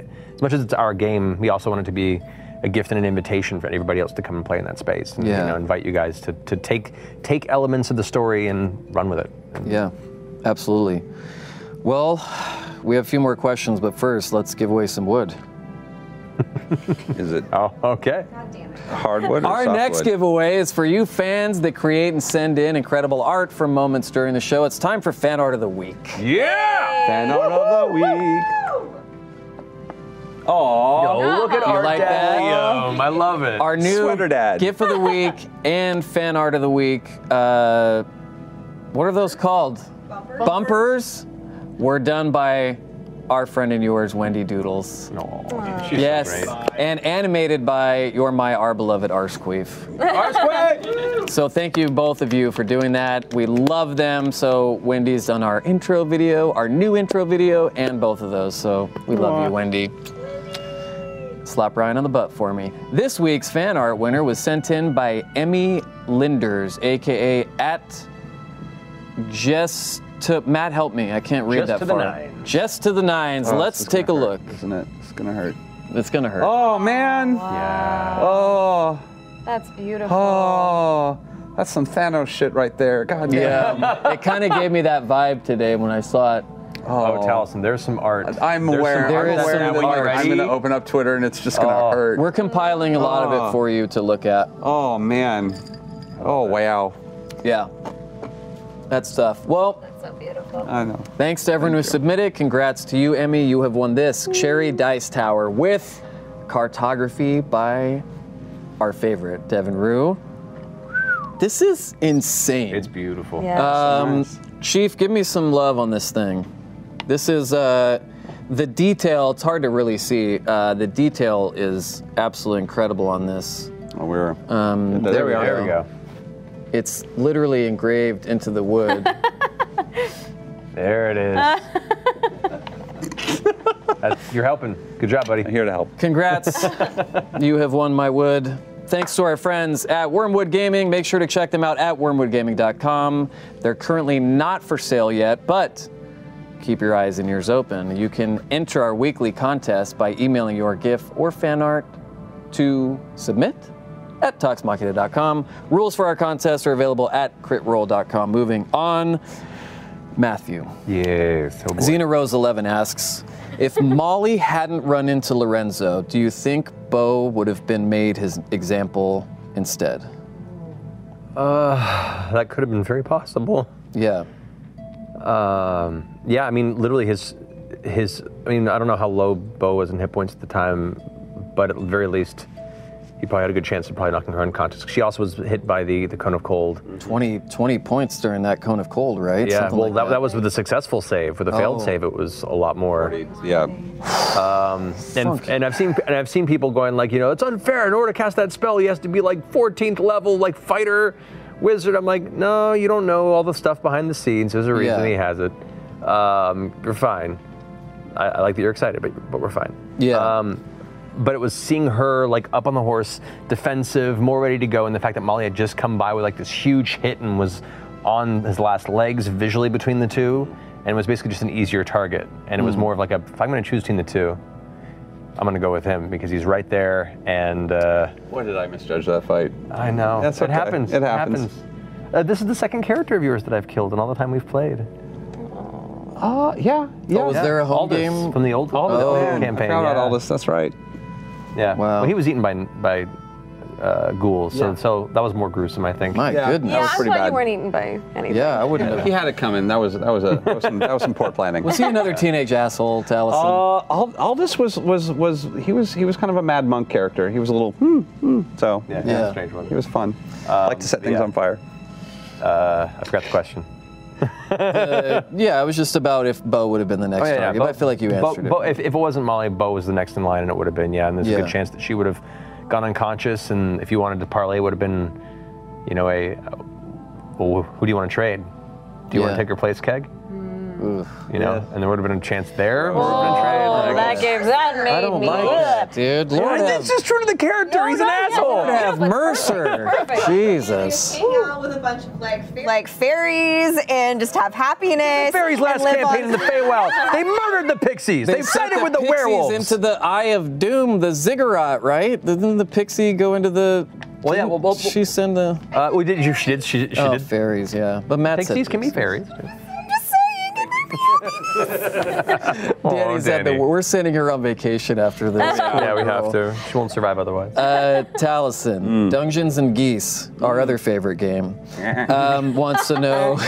C: much as it's our game, we also want it to be a gift and an invitation for everybody else to come and play in that space. And,
A: Yeah.
C: you know, invite you guys to, to take take elements of the story and run with it.
A: Yeah, absolutely. Well, we have a few more questions, but first, let's give away some wood.
D: Is it?
C: Oh, okay.
D: Hardwood. or
A: Our next
D: softwood?
A: giveaway is for you fans that create and send in incredible art from moments during the show. It's time for Fan Art of the Week.
D: Yeah! Fan art of the week.
C: Oh, look at
A: You
C: our
A: like that?
C: I love it.
A: Our new
C: Sweater dad.
A: GIF of the Week and Fan Art of the Week. Uh, what are those called? Bumpers. were done by our friend and yours, Wendy Doodles.
C: she's so
A: yes,
C: great.
A: and animated by your my our beloved Arsqueef. So thank you both of you for doing that. We love them. So Wendy's done our intro video, our new intro video, and both of those. So we love you, Wendy. Slap Ryan on the butt for me. This week's fan art winner was sent in by Emmy Linders, aka at just to Matt. Help me, I can't read
C: Just
A: that
C: to the
A: far.
C: nine.
A: Just to the nines.
D: Oh,
A: Let's
D: this is
A: take a
D: gonna
A: look.
D: hurt, Isn't it? It's gonna hurt.
A: It's gonna hurt.
D: Oh man.
C: Yeah.
D: Oh.
B: That's beautiful.
D: Oh. That's some Thanos shit right there. God damn.
A: Yeah, it kind of gave me that vibe today when I saw it.
C: Oh, Taliesin, there's some art.
D: I'm aware.
A: there
D: I'm
A: is
D: aware
A: some Oh.
D: that like,
A: art.
D: I'm gonna open up Twitter and it's just gonna hurt.
A: We're compiling a lot of
D: Oh.
A: it for you to look at.
D: Oh man. Oh wow.
A: Yeah. That's tough. Well,
D: I know.
A: Thanks to everyone who submitted. Congrats to you, Emmy. You have won this Cherry Dice Tower with cartography by our favorite, Devin Rue. This is insane. It's
C: beautiful.
H: Yeah.
A: Um, Chief, give me some love on this thing. This is uh, the detail. It's hard to really see. Uh, the detail is absolutely incredible on this.
D: Oh, we're
A: um,
C: There we are. There we go.
A: It's literally engraved into the wood.
C: There it is. That's- you're helping. Good job, buddy. I'm
D: here to help.
A: Congrats. you have won my wood. Thanks to our friends at Wormwood Gaming. Make sure to check them out at wormwoodgaming.com. They're currently not for sale yet, but keep your eyes and ears open. You can enter our weekly contest by emailing your GIF or fan art to submit at toxmachina.com. Rules for our contest are available at critroll.com. Moving on. Matthew.
C: Yes.
A: Xena Rose 11 asks If Molly hadn't run into Lorenzo, do you think Bo would have been made his example instead?
C: Uh, that could have been very possible.
A: Yeah.
C: Um, yeah, I mean, literally his his. I mean, I don't know how low Bo was in hit points at the time, but at the very least, he probably had a good chance of probably knocking her unconscious. She also was hit by the the cone of cold.
A: 20, 20 points during that cone of cold, right?
C: Yeah,
A: Something
C: well,
A: like
C: that, that. was with a successful save. With a failed
A: Oh.
C: save, it was a lot more.
D: Yeah.
C: Um, and, and I've seen and I've seen people going like, you know, it's unfair. In order to cast that spell, he has to be like 14th level, like fighter wizard. I'm like, no, you don't know all the stuff behind the scenes. There's a reason
A: Yeah.
C: he has it. Um, you're fine. I, I like that you're excited, but but we're fine.
A: Yeah.
C: Um, but it was seeing her like up on the horse, defensive, more ready to go, and the fact that Molly had just come by with like this huge hit and was on his last legs visually between the two, and was basically just an easier target. And it was
A: Mhm.
C: more of like a if I'm going to choose between the two, I'm going to go with him because he's right there. And uh,
D: Why did I misjudge that fight?
C: I know
D: That's
C: it
D: okay.
C: happens.
D: It happens.
C: Uh, this is the second character of yours that I've killed in all the time we've played.
D: Uh, yeah,
C: yeah. was there a home Aldous game? from the old-
D: Aldous,
C: Oh,
D: man,
C: campaign,
D: I found out
C: yeah.
D: Aldous. That's right.
C: Yeah. Well, he was eaten by by uh, ghouls,
D: Yeah.
C: so so that was more gruesome, I think.
D: My Yeah. goodness.
B: yeah,
D: That was
B: I'm
D: pretty
B: glad
D: bad.
B: you weren't eaten by anything.
D: He had it coming. That was that was a that was some, that was some poor planning.
A: Was he another teenage asshole to Allison?
D: Uh, Al- Aldous was was was he was he was kind of a mad monk character. He was a little hmm, hmm. so
C: Yeah, he was a strange one.
D: He was fun. I like to set things on fire.
C: Uh, I forgot the question.
A: Uh, yeah, it was just about if Bo would have been the next target. Oh, but I feel like you
C: Oh, Bo-
A: answered
C: Bo-
A: it.
C: if, if it wasn't Molly, Bo was the next in line, and it would have been yeah. And there's a
A: Yeah.
C: good chance that she would have gone unconscious, and if you wanted to parlay, it would have been, you know, a uh, well, who do you want to trade? Do you want
A: Yeah.
C: to take her place, Keg? You know, and there would have been a chance there. or-
B: Oh, that gave that made me. ugh.
A: dude. Lord have-
C: just true to the character. He's an asshole.
A: Lord have mercer.
F: perfect.
A: Jesus.
F: Hang out with a bunch of like fairies. like fairies and just have happiness.
C: Fairy's
F: and
C: last
F: live
C: campaign in the Feywild. They murdered the pixies. They,
A: sent
C: sided with the
A: pixies
C: werewolves.
A: into the Eye of Doom, the ziggurat, right? Didn't the pixie go into the? Well, yeah. Well, she send the.
C: Uh, we did. She did. She,
A: oh, fairies. Yeah, but Matt
C: Pixies
A: said
C: can be fairies.
A: Danny said that
C: Danny.
A: we're sending her on vacation after this.
C: yeah, we have to. She won't survive otherwise.
A: Uh,
D: Hmm.
A: Taliesin, Dungeons and Geese, our other favorite game, um, wants to know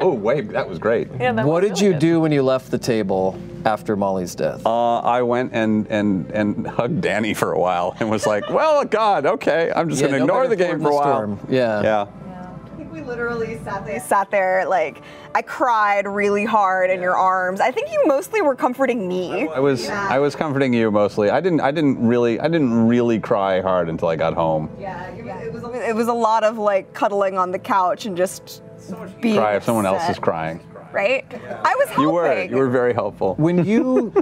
D: Oh wait, that was great.
A: what did you do when you left the table after Molly's death?
D: Uh, I went and and and hugged Danny for a while and was like, well, God, okay, I'm just
A: Yeah,
D: gonna
A: no
D: ignore
A: better
D: the
A: port
D: game
A: in
D: for a
A: the
D: while.
A: storm. Yeah.
D: Yeah.
F: I think we literally sat there. Sat there like I cried really hard in your arms. I think you mostly were comforting me.
D: I was I was comforting you mostly. I didn't I didn't really I didn't really cry hard until I got home.
F: Yeah, it was, it was a lot of like cuddling on the couch and just being
D: cry if someone else
F: upset,
D: is crying.
F: Right? I was helping.
D: You were you were very helpful.
A: When you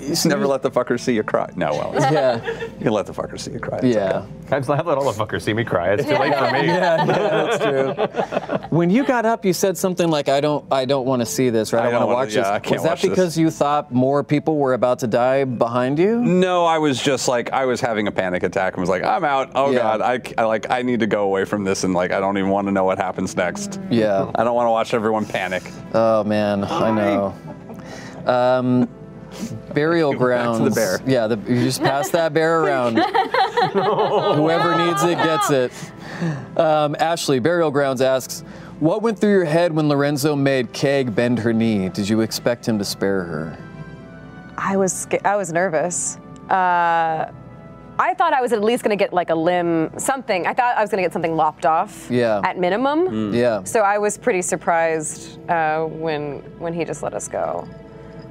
D: just never let the fucker see you cry. No, well,
A: yeah,
D: you let the fucker see you cry. It's
A: yeah.
C: I've I've let all the fuckers see me cry. It's too late for me.
A: Yeah, yeah, that's true. When you got up, you said something like, "I don't, I don't want to see this, right?
D: I
A: I,
D: don't
A: want to
D: wanna-
A: watch
D: yeah,
A: this."
D: I can't
A: was that
D: watch this.
A: because you thought more people were about to die behind you?
D: No, I was just like I was having a panic attack and was like, I'm out. Oh
A: Yeah.
D: god, I, I like I need to go away from this and like I don't even want to know what happens next.
A: Yeah.
D: I don't want to watch everyone panic.
A: Oh man, I know. Um, burial grounds.
D: the bear.
A: Yeah, the, you just pass that bear around. Whoever needs it gets it. Um, Ashley, burial grounds asks, "What went through your head when Lorenzo made Keg bend her knee? Did you expect him to spare her?"
B: I was sca- I was nervous. Uh, I thought I was at least going to get like a limb, something. I thought I was going to get something lopped off.
A: Yeah. Mm.
B: At minimum.
D: Hmm.
A: Yeah.
B: So I was pretty surprised uh, when when he just let us go.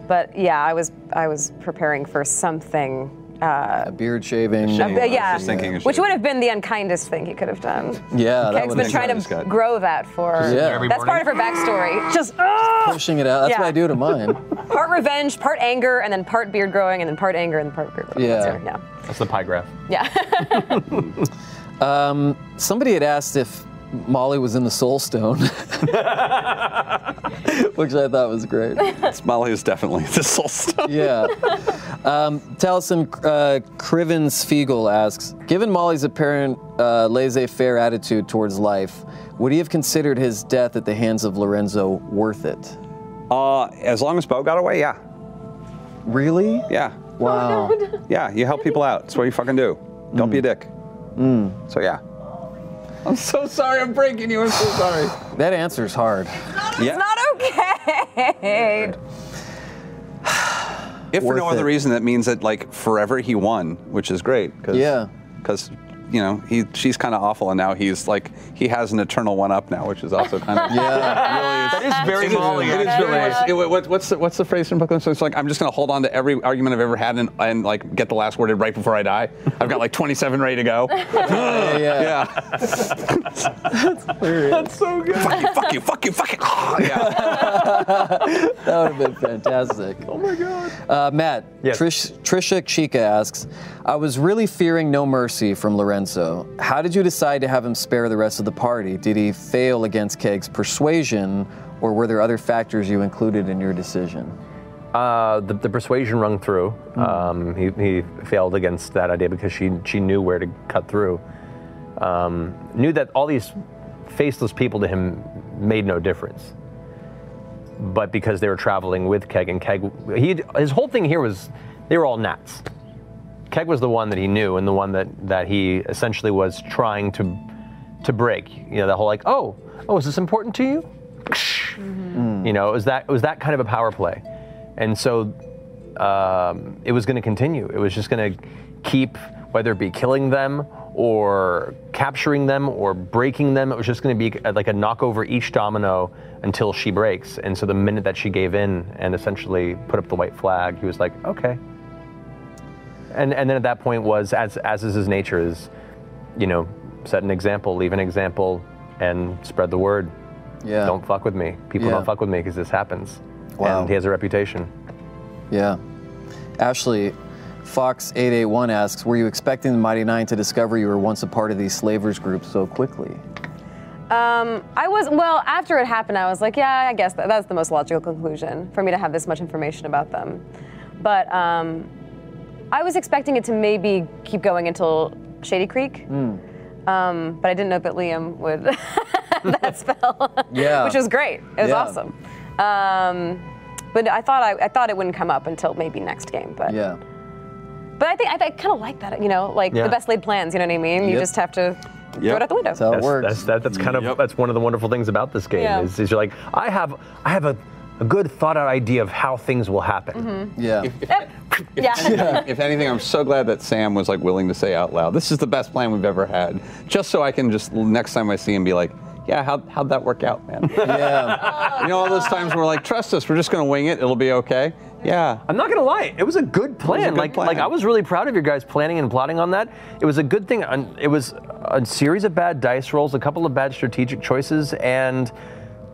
B: But yeah, I was I was preparing for something. Uh,
A: A beard shaving.
B: uh, yeah,
D: thinking of
B: which
D: shaving.
B: would have been the unkindest thing he could have done.
A: Yeah, that
B: Keg's
A: would
B: been
A: have
B: trying to
D: got-
B: grow that for.
A: Yeah. Every
B: That's part of her backstory. Just ah!
A: pushing it out. That's what
B: Yeah.
A: I do to mine.
B: part revenge, part anger, and then part beard growing, and then part anger, and then part beard growing.
A: Yeah.
B: That's her, yeah.
C: That's the pie graph.
B: Yeah.
A: Um, somebody had asked if Molly was in the Soul Stone, which I thought was great.
D: Molly is definitely the soul stone.
A: Yeah. Um, Taliesin uh, Kriven Spiegel asks Given Molly's apparent uh, laissez faire attitude towards life, would he have considered his death at the hands of Lorenzo worth it?
D: Uh, as long as Bo got away, yeah.
A: Really?
D: Yeah.
B: Oh,
A: Wow.
D: Yeah, you help people out. That's what you fucking do. Don't be a dick. So yeah.
C: Mm. I'm so sorry. I'm breaking you. I'm so sorry.
A: That answer's hard.
D: Yeah.
F: Not okay.
D: If for
A: Worth
D: no other
A: it.
D: reason, that means that like forever he won, which is great. Cause,
A: Yeah.
D: Because you know he she's kind of awful, and now he's like he has an eternal one up now, which is also kind of
C: That is very
D: It is-
C: Molly.
D: It is
C: actually.
D: very much- it- what- what's, the, what's the phrase from Brooklyn? So it's like I'm just gonna hold on to every argument I've ever had and, and like get the last word in right before I die. I've got like 27 ready to go.
A: Yeah, yeah.
C: That's so good.
D: fuck you, fuck you, fuck you, fuck you. Ah, yeah.
A: That would have been fantastic. oh my God. Uh, Matt,
C: Yes.
A: Trish, Trisha Chica asks I was really fearing no mercy from Lorenzo. How did you decide to have him spare the rest of the party? Did he fail against Keg's persuasion, or were there other factors you included in your decision?
C: Uh, the, the persuasion rung through. Um, he, he failed against that idea because she she knew where to cut through. Um, knew that all these faceless people to him made no difference. But because they were traveling with Keg and Keg, he his whole thing here was they were all gnats. Keg was the one that he knew and the one that that he essentially was trying to to break. You know, the whole like, oh, oh, is this important to you? You know, it was that it was that kind of a power play, and so um, it was going to continue. It was just going to keep, whether it be killing them or capturing them or breaking them. It was just going to be uh, like a knockover each domino until she breaks. And so the minute that she gave in and essentially put up the white flag, he was like, okay. And and then at that point was as as is his nature is, you know, set an example, leave an example, and spread the word
A: Yeah.
C: don't fuck with me. People
A: Yeah.
C: don't fuck with me because this happens.
A: Wow.
C: And he has a reputation.
A: Yeah. Ashley, Fox881 asks Were you expecting the Mighty Nine to discover you were once a part of these slavers group so quickly?
B: Um, I was well after it happened. I was like, yeah, I guess that, that's the most logical conclusion for me to have this much information about them. But um, I was expecting it to maybe keep going until Shady Creek.
A: Hmm.
B: Um, but I didn't know that Liam would that spell.
A: Yeah.
B: which was great. It was
A: Yeah.
B: awesome. Um, but I thought I, I thought it wouldn't come up until maybe next game. But
A: Yeah.
B: but I think I, I kind of like that. You know, like
C: Yeah.
B: the best laid plans. You know what I mean? You
A: Yep.
B: just have to throw
D: Yep.
B: it out the window.
A: That's how it
C: That's,
A: works.
C: that's, that, that's kind of
D: Yep.
C: that's one of the wonderful things about this game
B: Yeah.
C: is, is you're like I have I have a, a good thought out idea of how things will happen.
A: yeah.
B: yeah.
D: if anything, I'm so glad that Sam was like willing to say out loud, "This is the best plan we've ever had," just so I can just next time I see him be like, "Yeah, how how'd that work out, man?"
A: Yeah.
D: you know, all those times we're like, "Trust us, we're just gonna wing it. It'll be okay." Yeah.
C: I'm not gonna lie, it was a good plan.
D: good
C: like,
D: plan.
C: like I was really proud of your guys planning and plotting on that. It was a good thing. and It was a series of bad dice rolls, a couple of bad strategic choices, and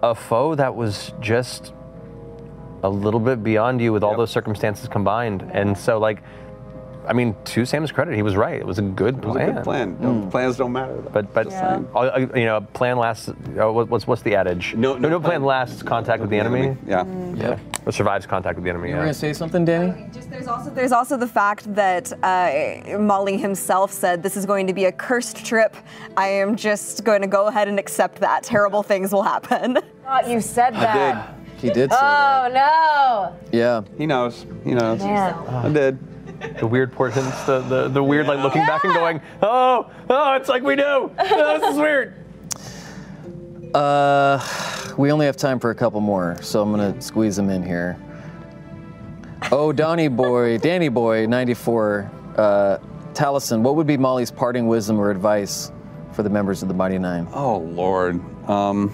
C: a foe that was just a little bit beyond you with all those circumstances combined. And so, like, I mean, to Sam's credit, he was right. It was a good
D: It was a good plan. Mm. No, Plans don't matter. Though.
C: But but
B: Yeah.
C: all- uh, you know, a plan lasts. Uh, what- what's what's the adage?
D: No- no
C: plan,
D: plan-
C: lasts contact with the enemy.
D: Yeah.
A: Yep.
C: Or survives contact with the enemy.
A: You
C: Yeah.
A: were going to say something, Danny?
F: Just there's also there's also the fact that uh, Molly himself said this is going to be a cursed trip. I am just going to go ahead and accept that terrible things will happen.
B: thought you said that.
A: He did say
B: Oh
A: that.
B: no!
A: Yeah.
D: He knows. He knows.
B: Man.
D: I did.
C: The weird portions, the, the, the weird, like looking back and going, oh, oh, it's like we know. Oh, this is weird.
A: Uh, we only have time for a couple more, so I'm gonna squeeze them in here. Oh, Donny boy, Danny boy, 94. Uh, Taliesin, what would be Molly's parting wisdom or advice for the members of the Mighty Nine?
D: Oh Lord. Um,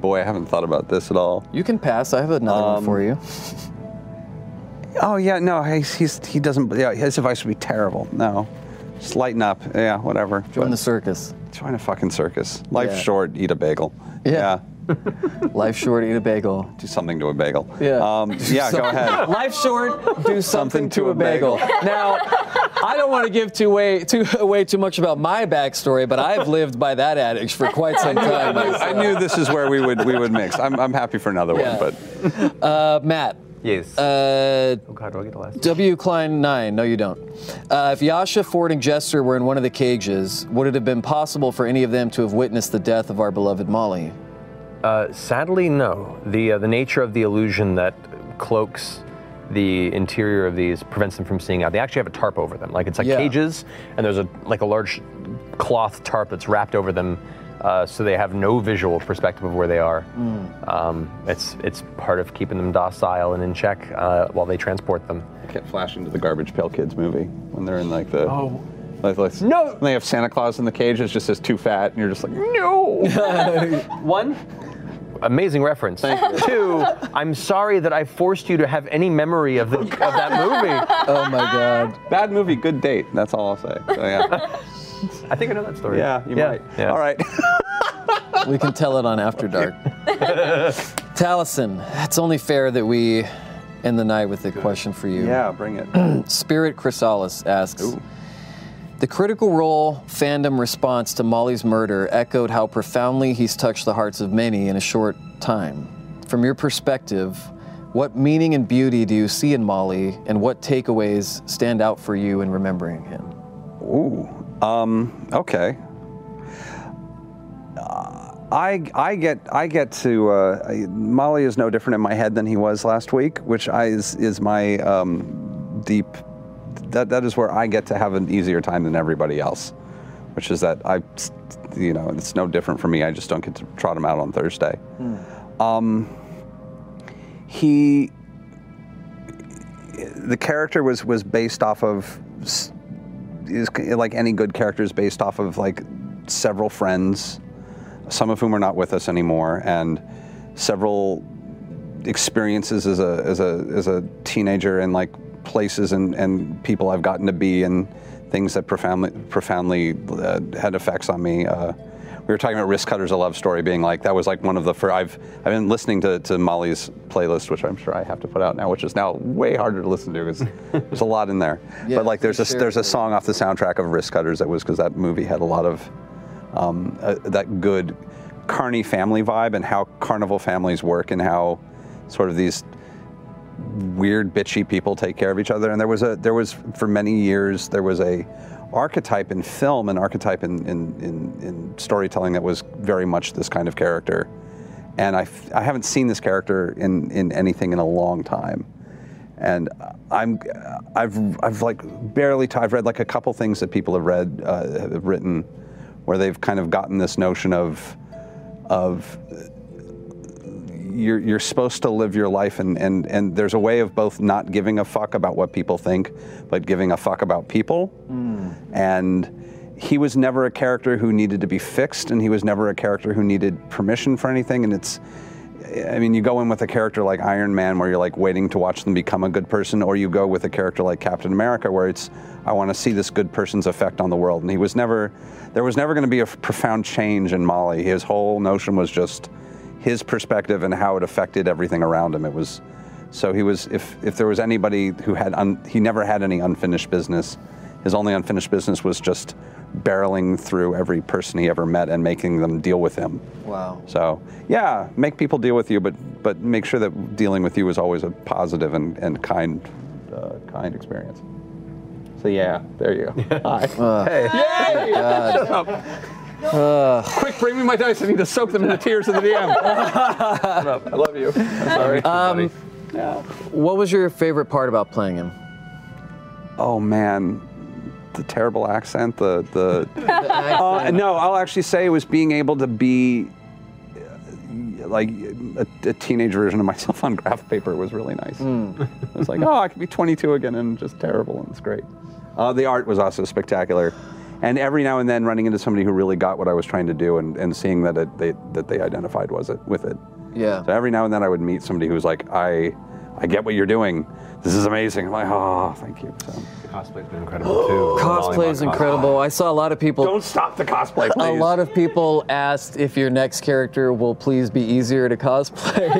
D: boy, I haven't thought about this at all.
A: You can pass. I have another one for you.
D: Oh yeah, no, he's, he's he doesn't. Yeah, his advice would be terrible. No, just lighten up. Yeah, whatever.
A: Join the circus.
D: Join a fucking circus. Life's
A: Yeah.
D: short. Eat a bagel.
A: Yeah. Life short, eat a bagel.
D: Do something to a bagel.
A: Yeah.
D: Um, yeah. Go ahead.
A: Life short, do something, to, a bagel. now, I don't want to give too way too away too much about my backstory, but I've lived by that adage for quite some time.
D: I knew this is where we would we would mix. I'm, I'm happy for another
A: Yeah.
D: one, but
A: Uh, Matt, Yes. Uh, oh God, do I get the last? W Klein nine. No, you don't. Uh, if Yasha, Ford, and Jester were in one of the cages, would it have been possible for any of them to have witnessed the death of our beloved Molly?
C: Uh, sadly, no. The uh, the nature of the illusion that cloaks the interior of these prevents them from seeing out. They actually have a tarp over them, like it's like
A: Yeah.
C: cages, and there's a like a large cloth tarp that's wrapped over them, uh, so they have no visual perspective of where they are.
A: Mm.
C: Um, it's it's part of keeping them docile and in check uh, while they transport them.
D: kept flashing to the Garbage Pail Kids movie when they're in like the.
C: Oh.
D: Like, like,
C: no!
D: And they have Santa Claus in the cage. It just says too fat, and you're just like, "Mm,
C: No. One. Amazing reference. Two. I'm sorry that I forced you to have any memory of, the, of that movie.
A: Oh my god.
D: Bad movie, good date. That's all I'll say. So, yeah.
C: I think I know that story.
D: Yeah, you might. All right.
A: we can tell it on After Dark. Taliesin, it's only fair that we end the night with a question for you.
D: Yeah, bring it.
A: Spirit Chrysalis asks The critical role fandom response to Molly's murder echoed how profoundly he's touched the hearts of many in a short time. From your perspective, what meaning and beauty do you see in Molly, and what takeaways stand out for you in remembering him?
D: Ooh. Um, okay. Uh, I I get I get to uh, I- Molly is no different in my head than he was last week, which I, is is my um, deep. That that is where I get to have an easier time than everybody else, which is that I, you know, it's no different for me. I just don't get to trot him out on Thursday. Um, he the character was was based off of s- is like any good character is based off of like several friends, some of whom are not with us anymore, and several experiences as a as a as a teenager and like places and and people I've gotten to be and things that profoundly profoundly uh, had effects on me. Uh, we were talking about Risk Cutters: A Love Story being like that was like one of the first. I've I've been listening to, to Molly's playlist, which I'm sure I have to put out now, which is now way harder to listen to because there's a lot in there. but like there's a there's a song off the soundtrack of Risk Cutters that was because that movie had a lot of um, uh, that good carny family vibe and how carnival families work and how sort of these weird bitchy people take care of each other and there was a there was for many years there was a archetype in film and archetype in in, in, in storytelling that was very much this kind of character and I, f- I haven't seen this character in in anything in a long time and I'm I've I've like barely i I've read like a couple things that people have read uh, have written where they've kind of gotten this notion of of you're, you're supposed to live your life and, and, and there's a way of both not giving a fuck about what people think but giving a fuck about people and he was never a character who needed to be fixed and he was never a character who needed permission for anything and it's i mean you go in with a character like iron man where you're like waiting to watch them become a good person or you go with a character like captain america where it's i want to see this good person's effect on the world and he was never there was never going to be a profound change in molly his whole notion was just his perspective and how it affected everything around him. It was so he was if if there was anybody who had un, he never had any unfinished business. His only unfinished business was just barreling through every person he ever met and making them deal with him.
A: Wow.
D: So yeah, make people deal with you, but but make sure that dealing with you is always a positive and and kind uh, kind experience. So yeah, there you go. Hi. hey.
G: Yay!
D: God.
G: Shut up. Quick, bring me my dice. I need to soak them in the tears of the DM. Shut up. I love you.
D: Sorry.
A: Um, what was your favorite part about playing him?
D: Oh man, the terrible accent, the the. Uh, no, I'll actually say it was being able to be uh, like a, a teenage version of myself on graph paper was really nice. I was like, oh, I could be 22 again and just terrible, and it's great. Uh, the art was also spectacular, and every now and then running into somebody who really got what I was trying to do and, and seeing that it, they that they identified was it with it.
A: Yeah.
D: So every now and then I would meet somebody who was like, I, I get what you're doing. This is amazing. I'm like, oh, thank you. So.
C: Cosplay's been incredible too.
A: Cosplay is incredible. I saw a lot of people. Don't
D: stop the cosplay.
A: A lot of people asked if your next character will please be easier to cosplay.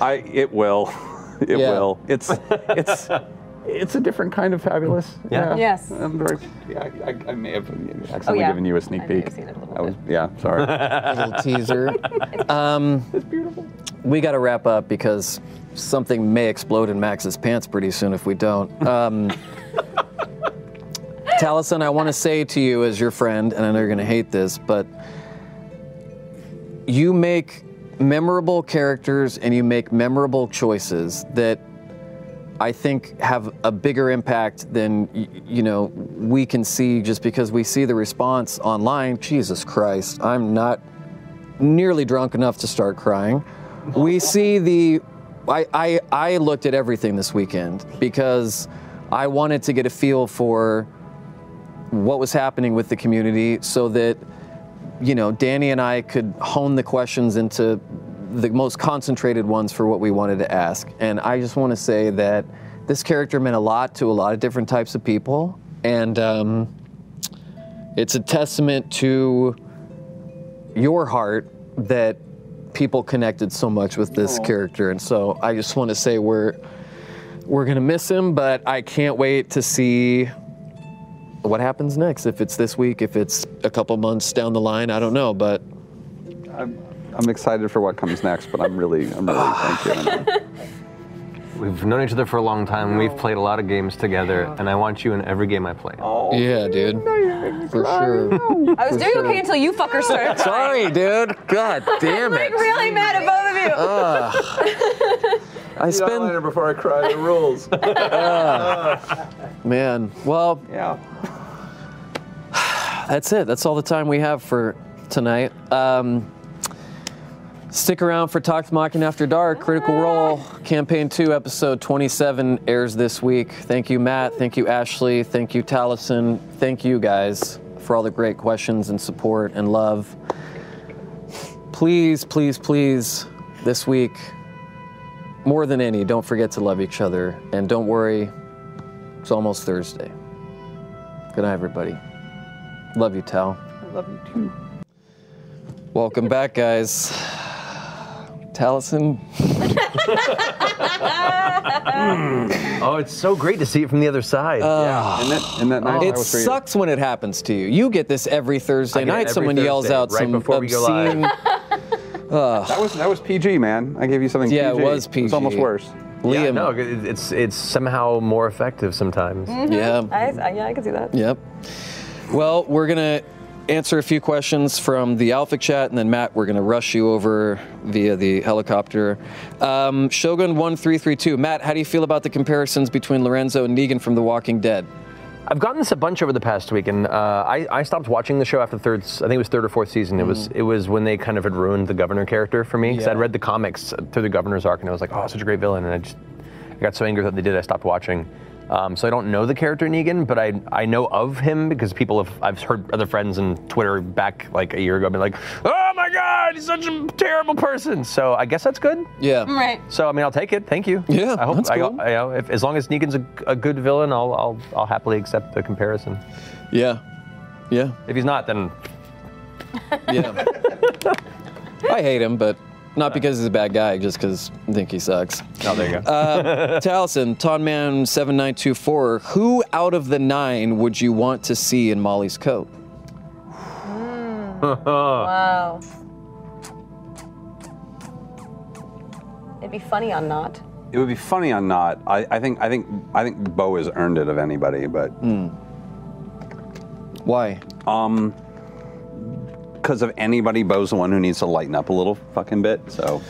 D: I, it will, it
A: Yeah.
D: will. It's, it's,
G: It's a different kind of fabulous.
D: Yeah.
B: Yes. Oh,
G: I'm very.
D: Yeah, I, I, I may have accidentally
B: yeah.
D: given you a sneak
B: I may have
D: peek.
B: seen it a
D: I was, yeah, sorry.
A: little teaser. Um, it's beautiful. We got to wrap up because something may explode in Max's pants pretty soon if we don't. Um, Taliesin, I want to say to you as your friend, and I know you're going to hate this, but you make memorable characters and you make memorable choices that I think have a bigger impact than y- you know we can see just because we see the response online. Jesus Christ, I'm not nearly drunk enough to start crying. We see the I, I I looked at everything this weekend because I wanted to get a feel for what was happening with the community so that you know Danny and I could hone the questions into the most concentrated ones for what we wanted to ask and I just want to say that this character meant a lot to a lot of different types of people and um, it's a testament to your heart that people connected so much with this character and so I just want to say we're we're going to miss him but I can't wait to see what happens next if it's this week if it's a couple months down the line i don't know but
D: I'm, I'm excited for what comes next, but I'm really, I'm really, thank you.
C: We've known each other for a long time. We've played a lot of games together, and I want you in every game I play. Oh,
A: yeah, dude. For
B: I was doing okay until you fuckers started.
A: Sorry, dude. God damn
B: I'm
A: it.
B: like really mad at both of you.
D: Uh,
A: Ugh. I spend
G: later before I cry. The rules.
A: Man, well,
D: yeah.
A: That's it. That's all the time we have for tonight. Um, stick around for Talk Mocking After Dark. Critical Role Campaign Two, Episode Twenty-Seven airs this week. Thank you, Matt. Thank you, Ashley. Thank you, Tallison. Thank you guys for all the great questions and support and love. Please, please, please, this week, more than any, don't forget to love each other. And don't worry, it's almost Thursday. Good night, everybody. Love you, Tal.
D: I love you too.
A: Welcome back, guys. Taliesin.
C: Oh, it's so great to see it from the other side.
D: Uh,
A: Ugh.
D: Isn't that, isn't that nice?
A: it
D: That was for you.
A: sucks when it happens to you. You get this every Thursday
D: I get it
A: night.
D: every
A: Someone yells
D: Thursday,
A: out
D: right
A: some
D: before we go
A: obscene.
D: live.
A: Ugh.
D: That was that was PG, man. I gave you something.
A: Yeah, it
D: PG.
A: was
D: It's almost
A: PG.
D: worse.
A: Liam.
C: Yeah, no, it- it's it's somehow more effective sometimes.
B: Mhm.
A: Yeah.
B: I, I- yeah, I can see that.
A: Yep. Well, we're gonna answer a few questions from the Alpha chat, and then Matt, we're gonna rush you over via the helicopter. Um, Shogun one three three two. Matt, how do you feel about the comparisons between Lorenzo and Negan from The Walking Dead?
C: I've gotten this a bunch over the past week, and uh, I, I stopped watching the show after the third. I think it was third or fourth season. It was it was when they kind of had ruined the governor character for me because
A: Yeah.
C: I'd read the comics through the governor's arc, and I was like, oh, such a great villain, and I just I got so angry that they did, I stopped watching. Um, so I don't know the character Negan, but I I know of him because people have I've heard other friends and Twitter back like a year ago be like, oh my god, he's such a terrible person. So I guess that's good.
A: Yeah.
B: Right.
C: So I mean, I'll take it. Thank you.
A: Yeah,
C: I hope
A: that's
C: I,
A: cool.
C: I, you know, if, as long as Negan's a, a good villain, I'll, I'll I'll happily accept the comparison.
A: Yeah. Yeah.
C: If he's not, then
A: Yeah. I hate him, but
B: Uh.
A: not because he's a bad guy, just because I think he sucks.
C: oh, there you go.
A: Uh, Taliesin, Tonman7924, who out of the nine would you want to see in Molly's coat?
B: Wow. It'd be funny on not.
D: It would be funny on not. I, I think I think I think Bo has earned it of anybody,
A: Mm.
D: but
A: Why?
D: um, because of anybody, Bo's the one who needs to lighten up a little fucking bit. So,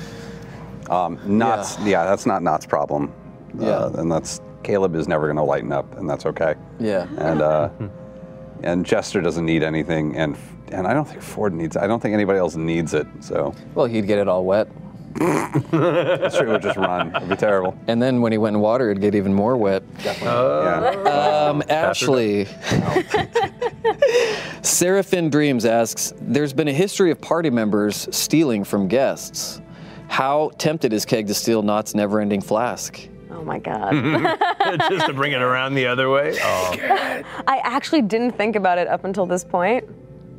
D: um, Knots, yeah. that's not Knots' problem. uh,
A: Yeah.
D: and that's Caleb is never going to lighten up, and that's okay.
A: Yeah.
D: And uh, and Jester doesn't need anything, and and I don't think Ford needs. I don't think anybody else needs it. So
A: Well, he'd get it all wet.
D: that's true. It would just run. It'd be terrible.
A: And then when he went in water, it'd get even more wet.
D: yeah.
A: Um, Ashley.
B: Oh.
A: Seraphin Dreams asks There's been a history of party members stealing from guests. How tempted is Keg to steal Knott's never ending flask?
B: Oh my god.
C: Just to bring it around the other way. Oh.
B: I actually didn't think about it up until this point.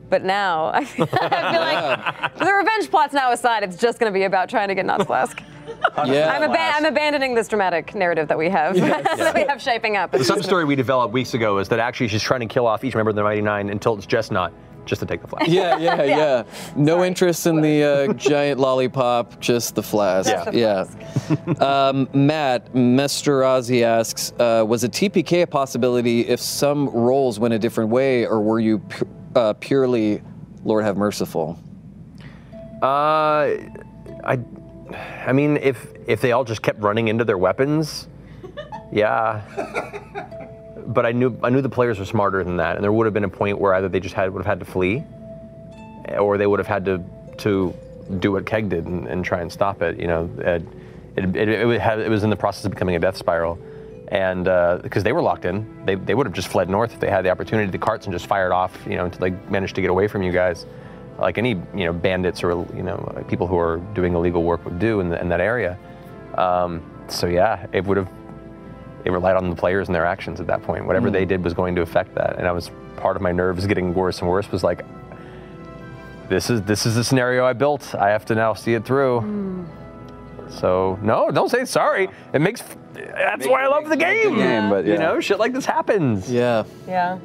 B: But now, I feel like the revenge plot's now aside. It's just going to be about trying to get Knott's Flask.
A: Yeah.
B: I'm, aban- I'm abandoning this dramatic narrative that we have that we have shaping up.
C: The sub story we developed weeks ago is that actually she's trying to kill off each member of the Mighty Nine until it's just not, just to take the flag.
A: Yeah, yeah,
B: Yeah.
A: yeah. No interest in the uh, giant lollipop, just the flask.
C: Just the
A: yeah. um, Matt Mesterazi asks, uh, was a TPK a possibility if some roles went a different way, or were you pu- uh, purely Lord have merciful?
C: Uh, I, I mean, if if they all just kept running into their weapons, yeah. But I knew I knew the players were smarter than that, and there would have been a point where either they just had would have had to flee, or they would have had to to do what Keg did and, and try and stop it. You know, it it, it, it, would have- it was in the process of becoming a death spiral, and because they were locked in, they, they would have just fled north if they had the opportunity. The carts and just fired off. You know, until they managed to get away from you guys, like any you know bandits or you know like people who are doing illegal work would do in, the, in that area. Um, so yeah, it would have it relied on the players and their actions at that point. Whatever
A: Mm.
C: they did was going to affect that, and I was part of my nerves getting worse and worse. Was like, this is this is the scenario I built. I have to now see it through. So no, don't say sorry. It makes that's why I love the game.
A: game, but
C: You
A: yeah.
C: know, shit like this happens.
A: Yeah.
B: Yeah.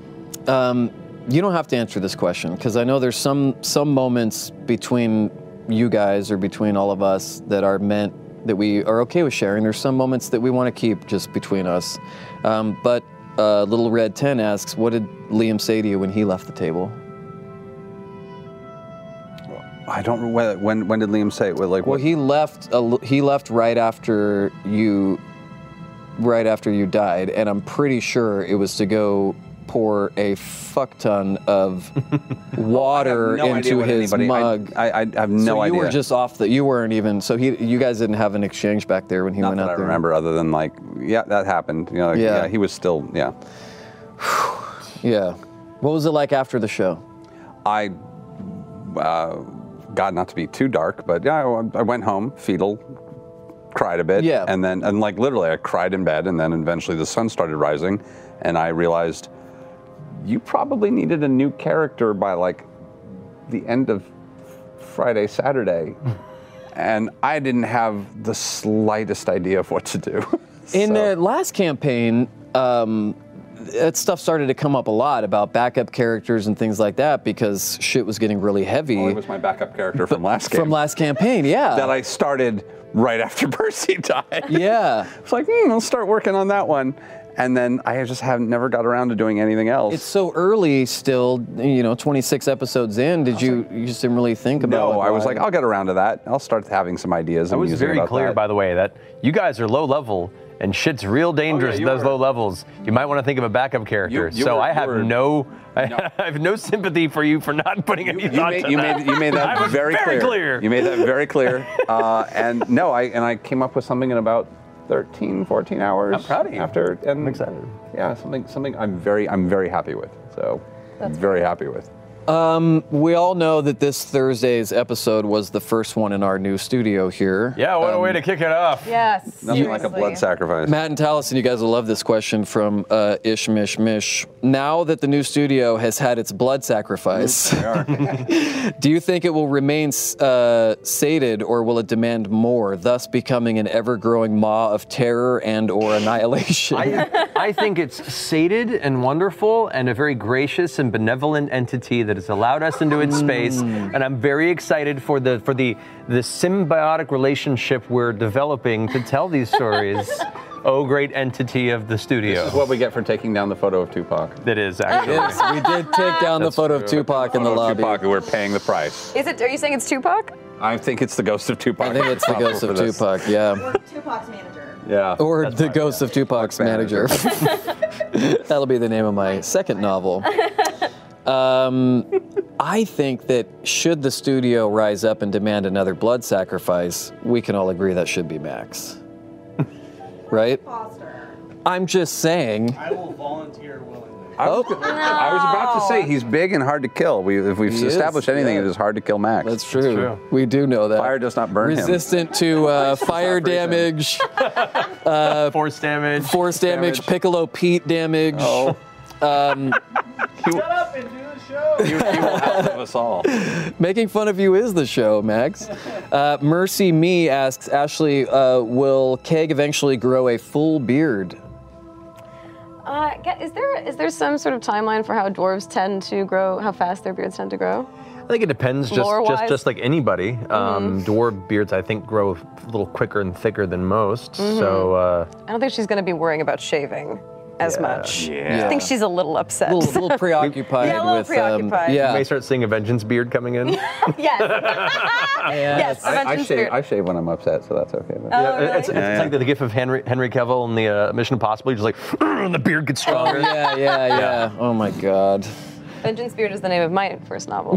A: Um, you don't have to answer this question because I know there's some some moments between you guys or between all of us that are meant that we are okay with sharing. There's some moments that we want to keep just between us. Um, but uh, Little Red Ten asks, "What did Liam say to you when he left the table?"
D: I don't know whether- when when did Liam say it? Well, Like
A: Well,
D: what?
A: he left. A, l- he left right after you, right after you died, and I'm pretty sure it was to go pour a fuck ton of water
D: no idea
A: into
D: what
A: his
D: anybody- I-
A: mug.
D: I, I, have no
A: so You were
D: idea.
A: just off the. You weren't even. So he, you guys didn't have an exchange back there when he went
D: that
A: out
D: I
A: there.
D: remember other than like yeah that happened. You know, like,
A: Yeah.
D: yeah. he was still yeah.
A: Yeah. What was it like after the show?
D: I uh, God not to be too dark, but yeah, I, I went home fetal. Cried a bit,
A: Yeah.
D: and then and like literally, I cried in bed, and then eventually the sun started rising, and I realized you probably needed a new character by like the end of Friday, Saturday, and I didn't have the slightest idea of what to do.
A: In the last campaign, um, that stuff started to come up a lot about backup characters and things like that because shit Oh, was getting really heavy.
D: Well, he was my backup character from last game.
A: from last campaign, yeah.
D: that I started right after Percy died.
A: Yeah.
D: it's like, hmm, I'll start working on that one. And then I just have never got around to doing anything else.
A: It's so early still, you know, 26 episodes in. Did you, you just didn't really think about
D: no,
A: like, oh,
D: I was
A: why-
D: like, I'll get around to that. I'll start having some ideas.
C: I
D: and
C: was
D: musing
C: very
D: about
C: clear,
D: that.
C: by the way, that you guys are low level and shit's real dangerous
D: Oh, you
C: at those
D: were-
C: low levels. You might want to think of a backup character.
D: you
C: so
D: were-
C: I
D: you
C: have
D: were-
C: no, I, have no sympathy for you for not putting any
D: you
C: thought
D: made,
C: to
D: you
C: that.
D: made you made that
C: I was
D: very, clear.
C: very clear.
D: You made that very clear. Uh, and no, I and I came up with something in about 13, 14 hours.
C: I'm proud of you.
D: After and I'm excited. Yeah, something something I'm very I'm very happy with. So very happy with.
A: Um, we all know that this Thursday's episode was the first one in our new studio here.
C: Yeah, what a
D: Um,
C: way to kick it off.
B: Yes.
D: Nothing like a blood sacrifice.
A: Matt and Taliesin, you guys will love this question from uh, Ish Mish Mish. Now that the new studio has had its blood sacrifice, do you think it will remain uh, sated or will it demand more, thus becoming an ever-growing maw of terror and or annihilation?
C: I, I think it's sated and wonderful and a very gracious and benevolent entity that has allowed us into its space. And I'm very excited for the for the the symbiotic relationship we're developing to tell these stories. oh great entity of the
D: This
C: studio.
D: is what we get for taking down the photo of Tupac.
C: That is actually.
A: Yes, we did take down the photo of Tupac in the
D: Photo of
A: lobby.
D: Tupac, we're paying the price.
B: Is it? Are you saying it's Tupac?
D: I think it's the ghost of Tupac.
A: I think it's the ghost of Tupac, yeah.
F: Tupac's manager.
D: Yeah.
A: Or the ghost of Tupac's manager. That'll be the name of my second novel. Um, I think that should the studio rise up and demand another blood sacrifice, we can all agree that should be Max. Right? I'm just saying.
H: I will volunteer willingly.
D: I was, I was about to say he's big and hard to kill. We, if we've
A: He is,
D: established anything,
A: yeah.
D: it is hard to kill Max.
A: That's true. We do know that.
D: Fire does not burn him.
A: Resistant to uh, fire
D: freeze him.
A: damage,
C: force damage.
A: force damage,
D: Damage.
A: Piccolo Pete damage.
D: Oh.
H: Shut up and do the show.
D: You, you will outlive us all.
A: Making fun of you is the show, Max. Uh, Mercy Me asks Ashley, uh, will Keg eventually grow a full beard?
B: Uh, get- is there is there some sort of timeline for how dwarves tend to grow, how fast their beards tend to grow?
C: I think it depends, just just
B: Lore-wise?
C: just like anybody. Um, Dwarf beards, I think, grow a little quicker and thicker than most. So uh,
B: I don't think she's going to be worrying about shaving as much.
C: Yeah.
B: I think she's a little upset. A
A: little, preoccupied um,
B: yeah, a little preoccupied.
C: you may start seeing a vengeance beard coming in.
B: Yes,
C: I- I
B: vengeance
C: shave-
B: beard.
D: I shave when I'm upset, so that's okay.
B: Oh, really?
C: it's, it's
D: Yeah,
C: like the, the gif of Henry Henry Cavill in the uh, Mission Impossible. He's like, and the beard gets stronger.
A: Oh, yeah, yeah, yeah. Oh my god.
B: Vengeance Beard is the name of my first
A: Uh,
B: novel.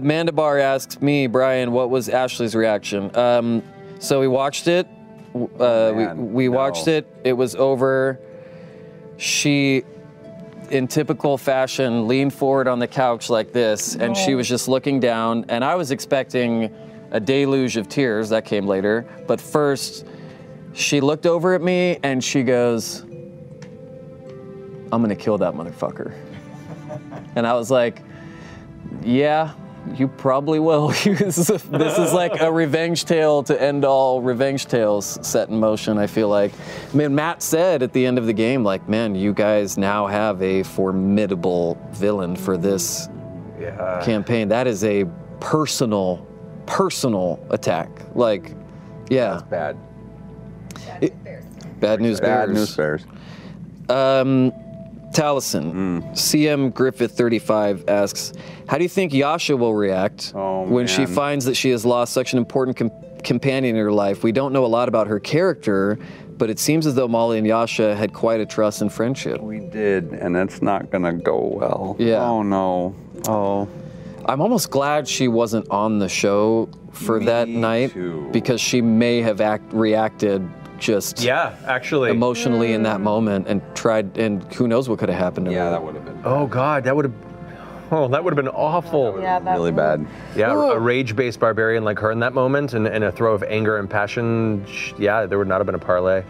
A: Mandabar asks me, Brian, what was Ashley's reaction? Um, so we watched it. w- Uh, we we watched it. It was over. She, in typical fashion, leaned forward on the couch like this, and she
I: No.
A: was just looking down. And I was expecting a deluge of tears that came later. But first, she looked over at me and she goes, I'm gonna kill that motherfucker. And I was like, yeah, you probably will. this, is this is like a revenge tale to end all revenge tales set in motion, I feel like. I mean, Matt said at the end of the game, like, man, you guys now have a formidable villain for this
C: Yeah.
A: campaign. That is a personal, personal attack. Like, yeah. That's
D: bad.
A: It- Bad news bears.
D: Bad news bears.
A: Um, Taliesin, CM Griffith 35 asks, How do you think Yasha will react when she
D: man.
A: finds that she has lost such an important com- companion in her life? We don't know a lot about her character, but it seems as though Molly and Yasha had quite a trust and friendship.
D: We did, and it's not gonna go well.
A: Oh, Yeah.
D: Oh no. Oh.
A: I'm almost glad she wasn't on the show for that night because she may have act- reacted just
C: yeah, actually
A: emotionally in that moment and tried and who knows what could have happened to her. Yeah, that
D: would have been.
C: Oh God, that would have. Oh, that would have been awful.
B: Yeah, that Really
D: bad.
C: Yeah, a rage-based barbarian like her in that moment, and, and a throw of anger and passion. sh- Yeah, there would not have been a parlay.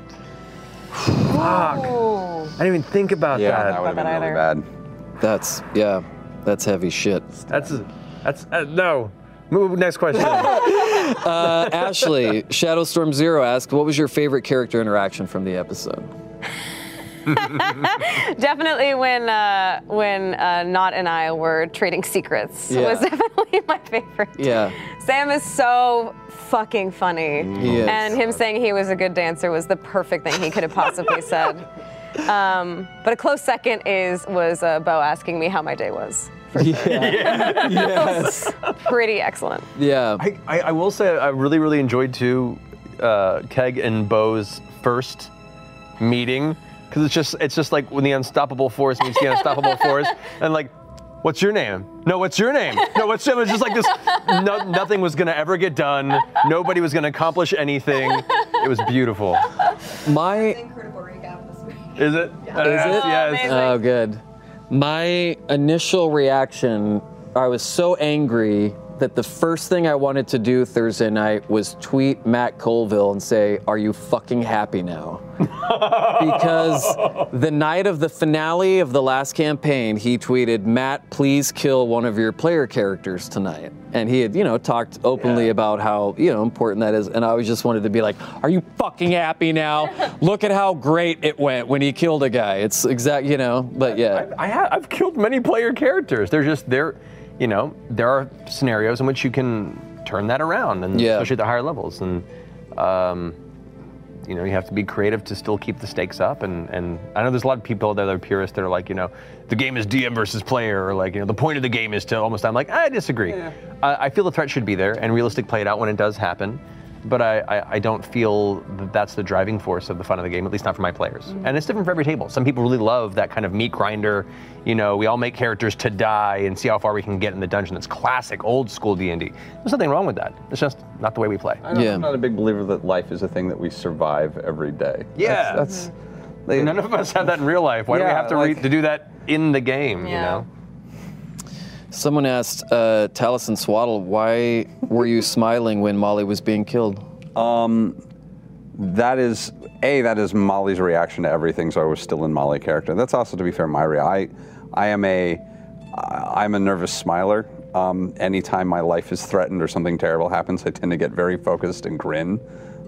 C: Fuck. I didn't even think about
A: Yeah,
C: that.
A: that would've been About that
D: bad.
A: That's yeah, that's heavy shit.
C: That's that's uh, no. Move next question.
A: Uh, Ashley, Shadowstorm Zero asked, "What was your favorite character interaction from the episode?"
B: definitely when uh, when uh, Not and I were trading secrets
A: Yeah.
B: was definitely my favorite.
A: Yeah,
B: Sam is so fucking funny.
A: He is.
B: And him saying he was a good dancer was the perfect thing he could have possibly said. Um, but a close second is was uh, Bo asking me how my day was.
C: Yeah.
B: yes. Pretty excellent.
A: Yeah.
C: I, I, I will say I really, really enjoyed too uh, Keg and Bo's first meeting. Cause it's just it's just like when the unstoppable force meets the unstoppable force. And like, what's your name? No, what's your name? No, what's your name? It's just like this no, nothing was gonna ever get done. Nobody was gonna accomplish anything. It was beautiful.
A: My Is
C: Is it?
A: it?
C: Yes.
A: Oh, good. My initial reaction, I was so angry that the first thing I wanted to do Thursday night was tweet Matt Colville and say, "Are you fucking happy now?" because
C: Oh.
A: the night of the finale of the last campaign, he tweeted, "Matt, please kill one of your player characters tonight." And he had, you know, talked openly about how you know important that is. And I always just wanted to be like, "Are you fucking happy now? Look at how great it went when he killed a guy." It's exact, you know. But yeah,
C: I have, I've killed many player characters. They're just they're, you know, there are scenarios in which you can turn that around, and
A: Yeah.
C: especially at the higher levels, and um, you know, you have to be creative to still keep the stakes up. And and I know there's a lot of people out there that are purists that are like, you know, the game is DM versus player, or like, you know, the point of the game is to almost. I'm like, "Ah, I disagree. I, I feel the threat should be there, and realistic play it out when it does happen. But I, I, I don't feel that that's the driving force of the fun of the game, at least not for my players. And it's different for every table. Some people really love that kind of meat grinder. You know, we all make characters to die and see how far we can get in the dungeon. It's classic, old school D&D. There's nothing wrong with that. It's just not the way we play.
D: I don't, I'm not a big believer that life is a thing that we survive every day.
C: Yeah.
D: That's.
C: None of us have that in real life. Why do we
D: Yeah,
C: have to, re- to do that in the game? You know.
A: someone asked uh, Taliesin Swaddle, "Why were you smiling when Molly was being killed?"
D: Um, that is a that is Molly's reaction to everything. So I was still in Molly character. That's also to be fair, my re- I I am a I- I'm a nervous smiler. Um, anytime my life is threatened or something terrible happens, I tend to get very focused and grin.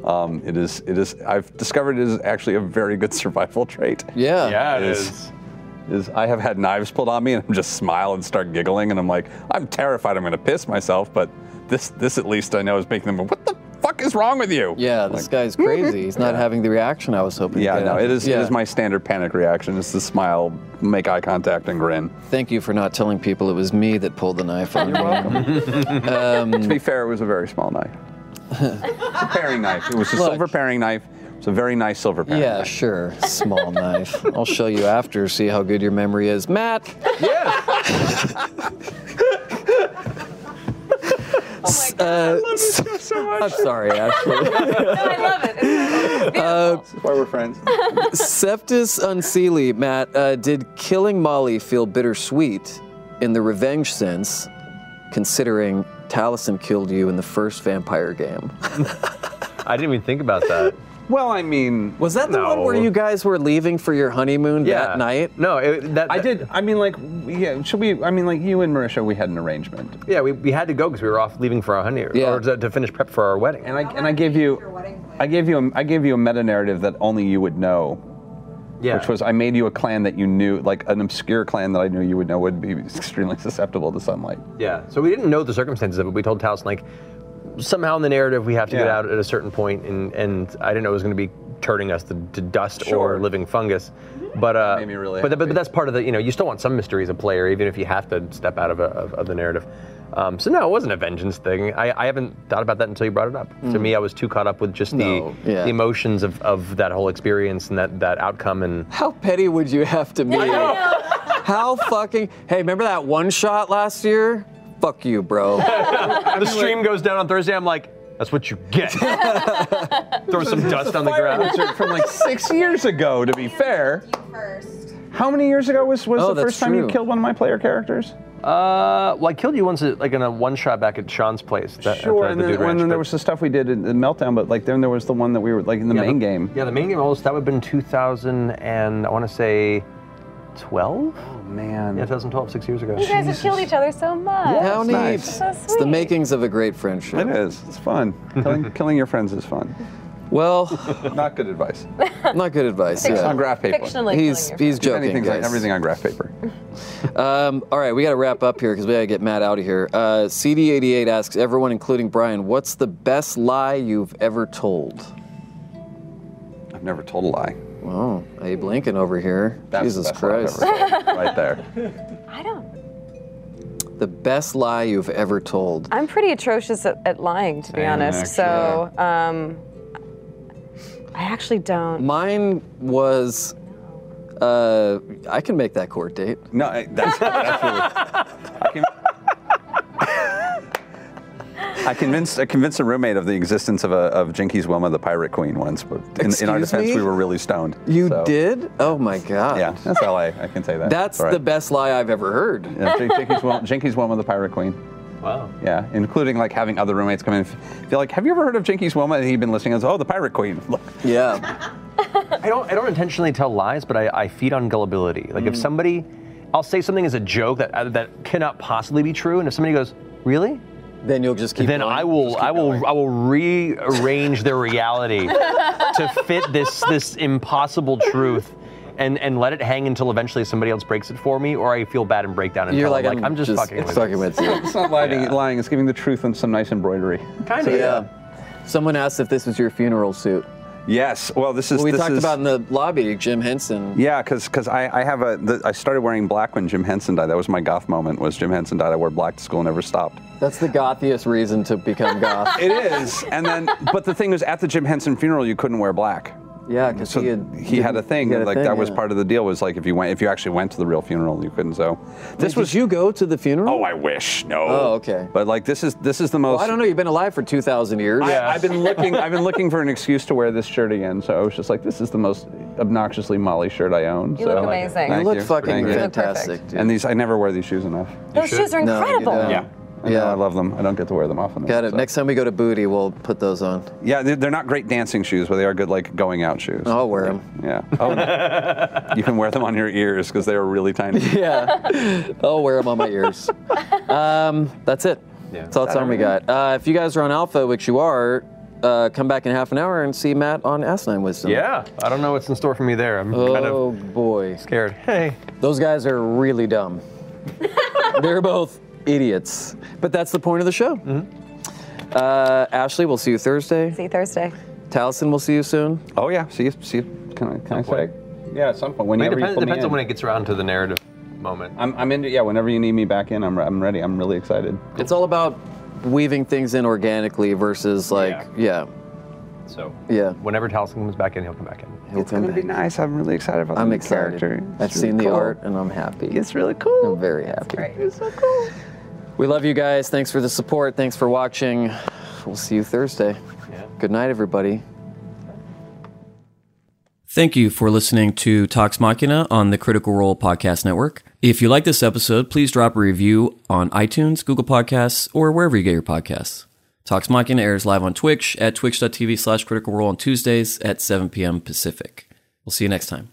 D: Um, it is it is I've discovered it is actually a very good survival trait.
A: Yeah,
C: Yeah, it
D: is. Is I have had knives pulled on me and I'm just smile and start giggling and I'm like I'm terrified I'm going to piss myself, but this this at least I know is making them go, what the fuck is wrong with you?
A: Yeah, this guy's crazy. He's not having the reaction I was hoping.
D: Yeah,
A: to get
D: no,
A: out
D: it
A: of
D: is it is my standard panic reaction. It's the smile, make eye contact, and grin.
A: Thank you for not telling people it was me that pulled the knife on You're welcome.
D: to be fair, it was a very small knife. It's a paring knife. It was a silver paring knife. It's a very nice silver paring
A: yeah,
D: knife.
A: sure. Small knife. I'll show you after, see how good your memory is. Matt! Yes! Uh, s- I'm sorry, Ashley.
B: I love it.
A: Uh,
D: why we're friends.
A: Septus Unseelie, Matt, uh, did killing Molly feel bittersweet in the revenge sense, considering Taliesin killed you in the first vampire game?
C: I didn't even think about that.
D: Well, I mean,
A: was that the one where you guys were leaving for your honeymoon that night?
C: No, it, that,
D: I did. I mean, like, yeah. Should we? I mean, like, you and Marisha, we had an arrangement.
C: Yeah, we, we had to go because we were off leaving for our honeymoon
D: Yeah.
C: or to, to finish prep for our wedding.
D: And I and I gave you, I gave you, a, I gave you a meta narrative that only you would know.
C: Yeah.
D: Which was I made you a clan that you knew, like an obscure clan that I knew you would know would be extremely susceptible to sunlight.
C: Yeah. So we didn't know the circumstances of it. We told Taos like somehow in the narrative we have to get
D: Yeah.
C: out at a certain point, and and I didn't know it was going to be turning us to, to dust or
D: Sure.
C: living fungus. But uh,
D: made me really
C: but, but but that's part of the you know you still want some mystery as a player even if you have to step out of a, of, of the narrative. Um, so no, it wasn't a vengeance thing. I, I haven't thought about that until you brought it up. To
A: Mm.
C: me, I was too caught up with just the,
A: No, yeah.
C: the emotions of, of that whole experience and that, that outcome and
A: How petty would you have to be? How fucking. Hey, remember that one shot last year? Fuck you, bro.
C: the stream goes down on Thursday. I'm like, that's what you get. Throw some dust on the
D: Fire
C: ground.
D: hazard from like six years ago. To be fair. How many years ago was, was
C: Oh,
D: the
C: that's
D: first time you
C: true.
D: killed one of my player characters?
C: Uh, well, I killed you once, at, like in a one shot back at Sean's place. that- at
D: Sure,
C: the-
D: and
C: the
D: then,
C: Dude Ranch,
D: and then
C: but-
D: there was the stuff we did in, in Meltdown, but like then there was the one that we were like in the
C: Yeah,
D: main game.
C: Yeah, the main game almost that would have been 2000 and I want to say 12. Oh
D: man,
C: yeah, 2012, six years ago.
B: You guys have killed each other so much.
A: How neat.
B: So sweet.
A: It's the makings of a great friendship.
D: It is. It's fun. killing, killing your friends is fun.
A: Well,
D: not good advice.
A: Not good advice.
D: Fiction-
A: yeah.
D: on graph paper.
A: He's
D: Fictionally killing your
A: he's
D: friends.
A: joking.
D: Anything's-
A: guys.
D: everything on graph paper.
A: um, all right, we got to wrap up here because we got to get Matt out of here. Uh, CD88 asks everyone, including Brian, what's the best lie you've ever told?
D: I've never told a lie.
A: Oh, Abe Lincoln over here. Jesus Christ.
D: right there.
B: I don't.
A: The best lie you've ever told.
B: I'm pretty atrocious at, at lying, to be
A: Same,
B: honest. So um, I actually don't.
A: Mine was. Uh, I can make that court date.
D: No, I- that's, that's what- I, can- I convinced I convinced a roommate of the existence of a of Jinkies Wilma the Pirate Queen once, but in, in our
A: Excuse
D: defense,
A: me?
D: we were really stoned.
A: You did? Oh my god.
D: Yeah, that's LA. I can say that.
A: That's
D: All right.
A: the best lie I've ever heard.
D: Yeah, Jin- Jinkies, Wilma, Jinkies Wilma the Pirate Queen.
B: e-
C: Wow.
D: Yeah, including like having other roommates come in and be like, "Have you ever heard of Jinkies Wilma?" And he'd been listening. and goes, "Oh, the Pirate Queen." Look.
A: Yeah.
C: I don't I don't intentionally tell lies, but I, I feed on gullibility. Like
D: Mm.
C: if somebody, I'll say something as a joke that that cannot possibly be true, and if somebody goes, really?
A: Then you'll just keep.
C: Then I will I will I will rearrange their reality to fit this this impossible truth. And, and let it hang until eventually somebody else breaks it for me, or I feel bad and break down and
A: You're
C: tell
A: like,
C: them,
A: I'm
C: Oh, like I'm just,
A: just-
C: fucking.
A: it's
C: with
A: fucking
C: you."
A: with you.
D: It's not lying. lying. It's giving the truth and some nice embroidery.
C: Kinda,
A: So,
C: yeah.
A: Someone asked if this was your funeral suit.
D: Yes. Well, this is.
A: Well, we
D: this
A: talked
D: is-
A: about in the lobby, Jim Henson.
D: Yeah, because I, I have a the, I started wearing black when Jim Henson died. That was my goth moment. Was Jim Henson died? I wore black to school, never stopped.
A: That's the gothiest reason to become goth.
D: It is. And then, but the thing is, at the Jim Henson funeral, you couldn't wear black.
A: Yeah, because
D: So
A: he had
D: he had a thing.
A: he had a
D: like
A: thing,
D: that was
A: yeah.
D: part of the deal. Was like if you went, if you actually went to the real funeral, you couldn't. So this
A: Wait, did
D: was.
A: you go to the funeral?
D: Oh, I wish. No.
A: Oh, okay.
D: But like this is this is the most.
A: Well, I don't know. You've been alive for two thousand years.
D: I, I've been looking. I've been looking for an excuse to wear this shirt again. So I was just like, this is the most obnoxiously Molly shirt I own.
B: You
D: so,
B: look amazing. You
D: Thank
B: look fucking
D: Thank
B: You look fantastic,
D: And these, I never wear these shoes enough.
B: Those shoes are incredible.
D: Yeah. I know, Um, I love them. I don't get to wear them often.
A: Got it. Next time we go to Booty, we'll put those on.
D: Yeah, they're they're not great dancing shoes, but they are good like going out shoes.
A: I'll wear them.
D: Yeah. Oh, no. you can wear them on your ears because they are really tiny.
A: Yeah. I'll wear them on my ears. Um, that's it. Yeah. That's all the
J: Is that
A: time we got. Uh, if you guys are on Alpha, which you are, uh, come back in half an hour and see Matt on Asinine Wisdom.
C: Yeah, I don't know what's in store for me there. I'm kind of
A: Oh boy.
C: Scared. Hey.
A: Those guys are really dumb. They're both idiots. But that's the point of the show.
C: Mm-hmm.
A: Uh, Ashley, we'll see you Thursday.
B: See you Thursday.
A: Taliesin, we'll see you soon.
D: Oh yeah, see you. See you. Can I? Can I say? Yeah, at some point.
C: I mean,
D: Whenever
C: it
D: you
C: depends,
D: put
C: depends
D: me
C: on
D: in.
C: when it gets around to the narrative moment.
D: I'm, I'm into. Yeah, whenever you need me back in, I'm, I'm ready. I'm really excited.
A: It's all about weaving things in organically versus like, yeah.
C: So
A: yeah.
C: Whenever Taliesin comes back in, he'll come back in.
A: He'll come back.
D: nice. I'm really excited about
A: I'm excited. I've seen the art and I'm happy. It's really cool. I'm very happy.
B: It's so cool.
A: We love you guys. Thanks for the support. Thanks for watching. We'll see you Thursday. Good night, everybody.
K: Thank you for listening to Talks Machina on the Critical Role Podcast Network. If you like this episode, please drop a review on iTunes, Google Podcasts, or wherever you get your podcasts. Talks Machina airs live on Twitch at twitch.tv slash critical role on Tuesdays at 7 p.m. Pacific. We'll see you next time.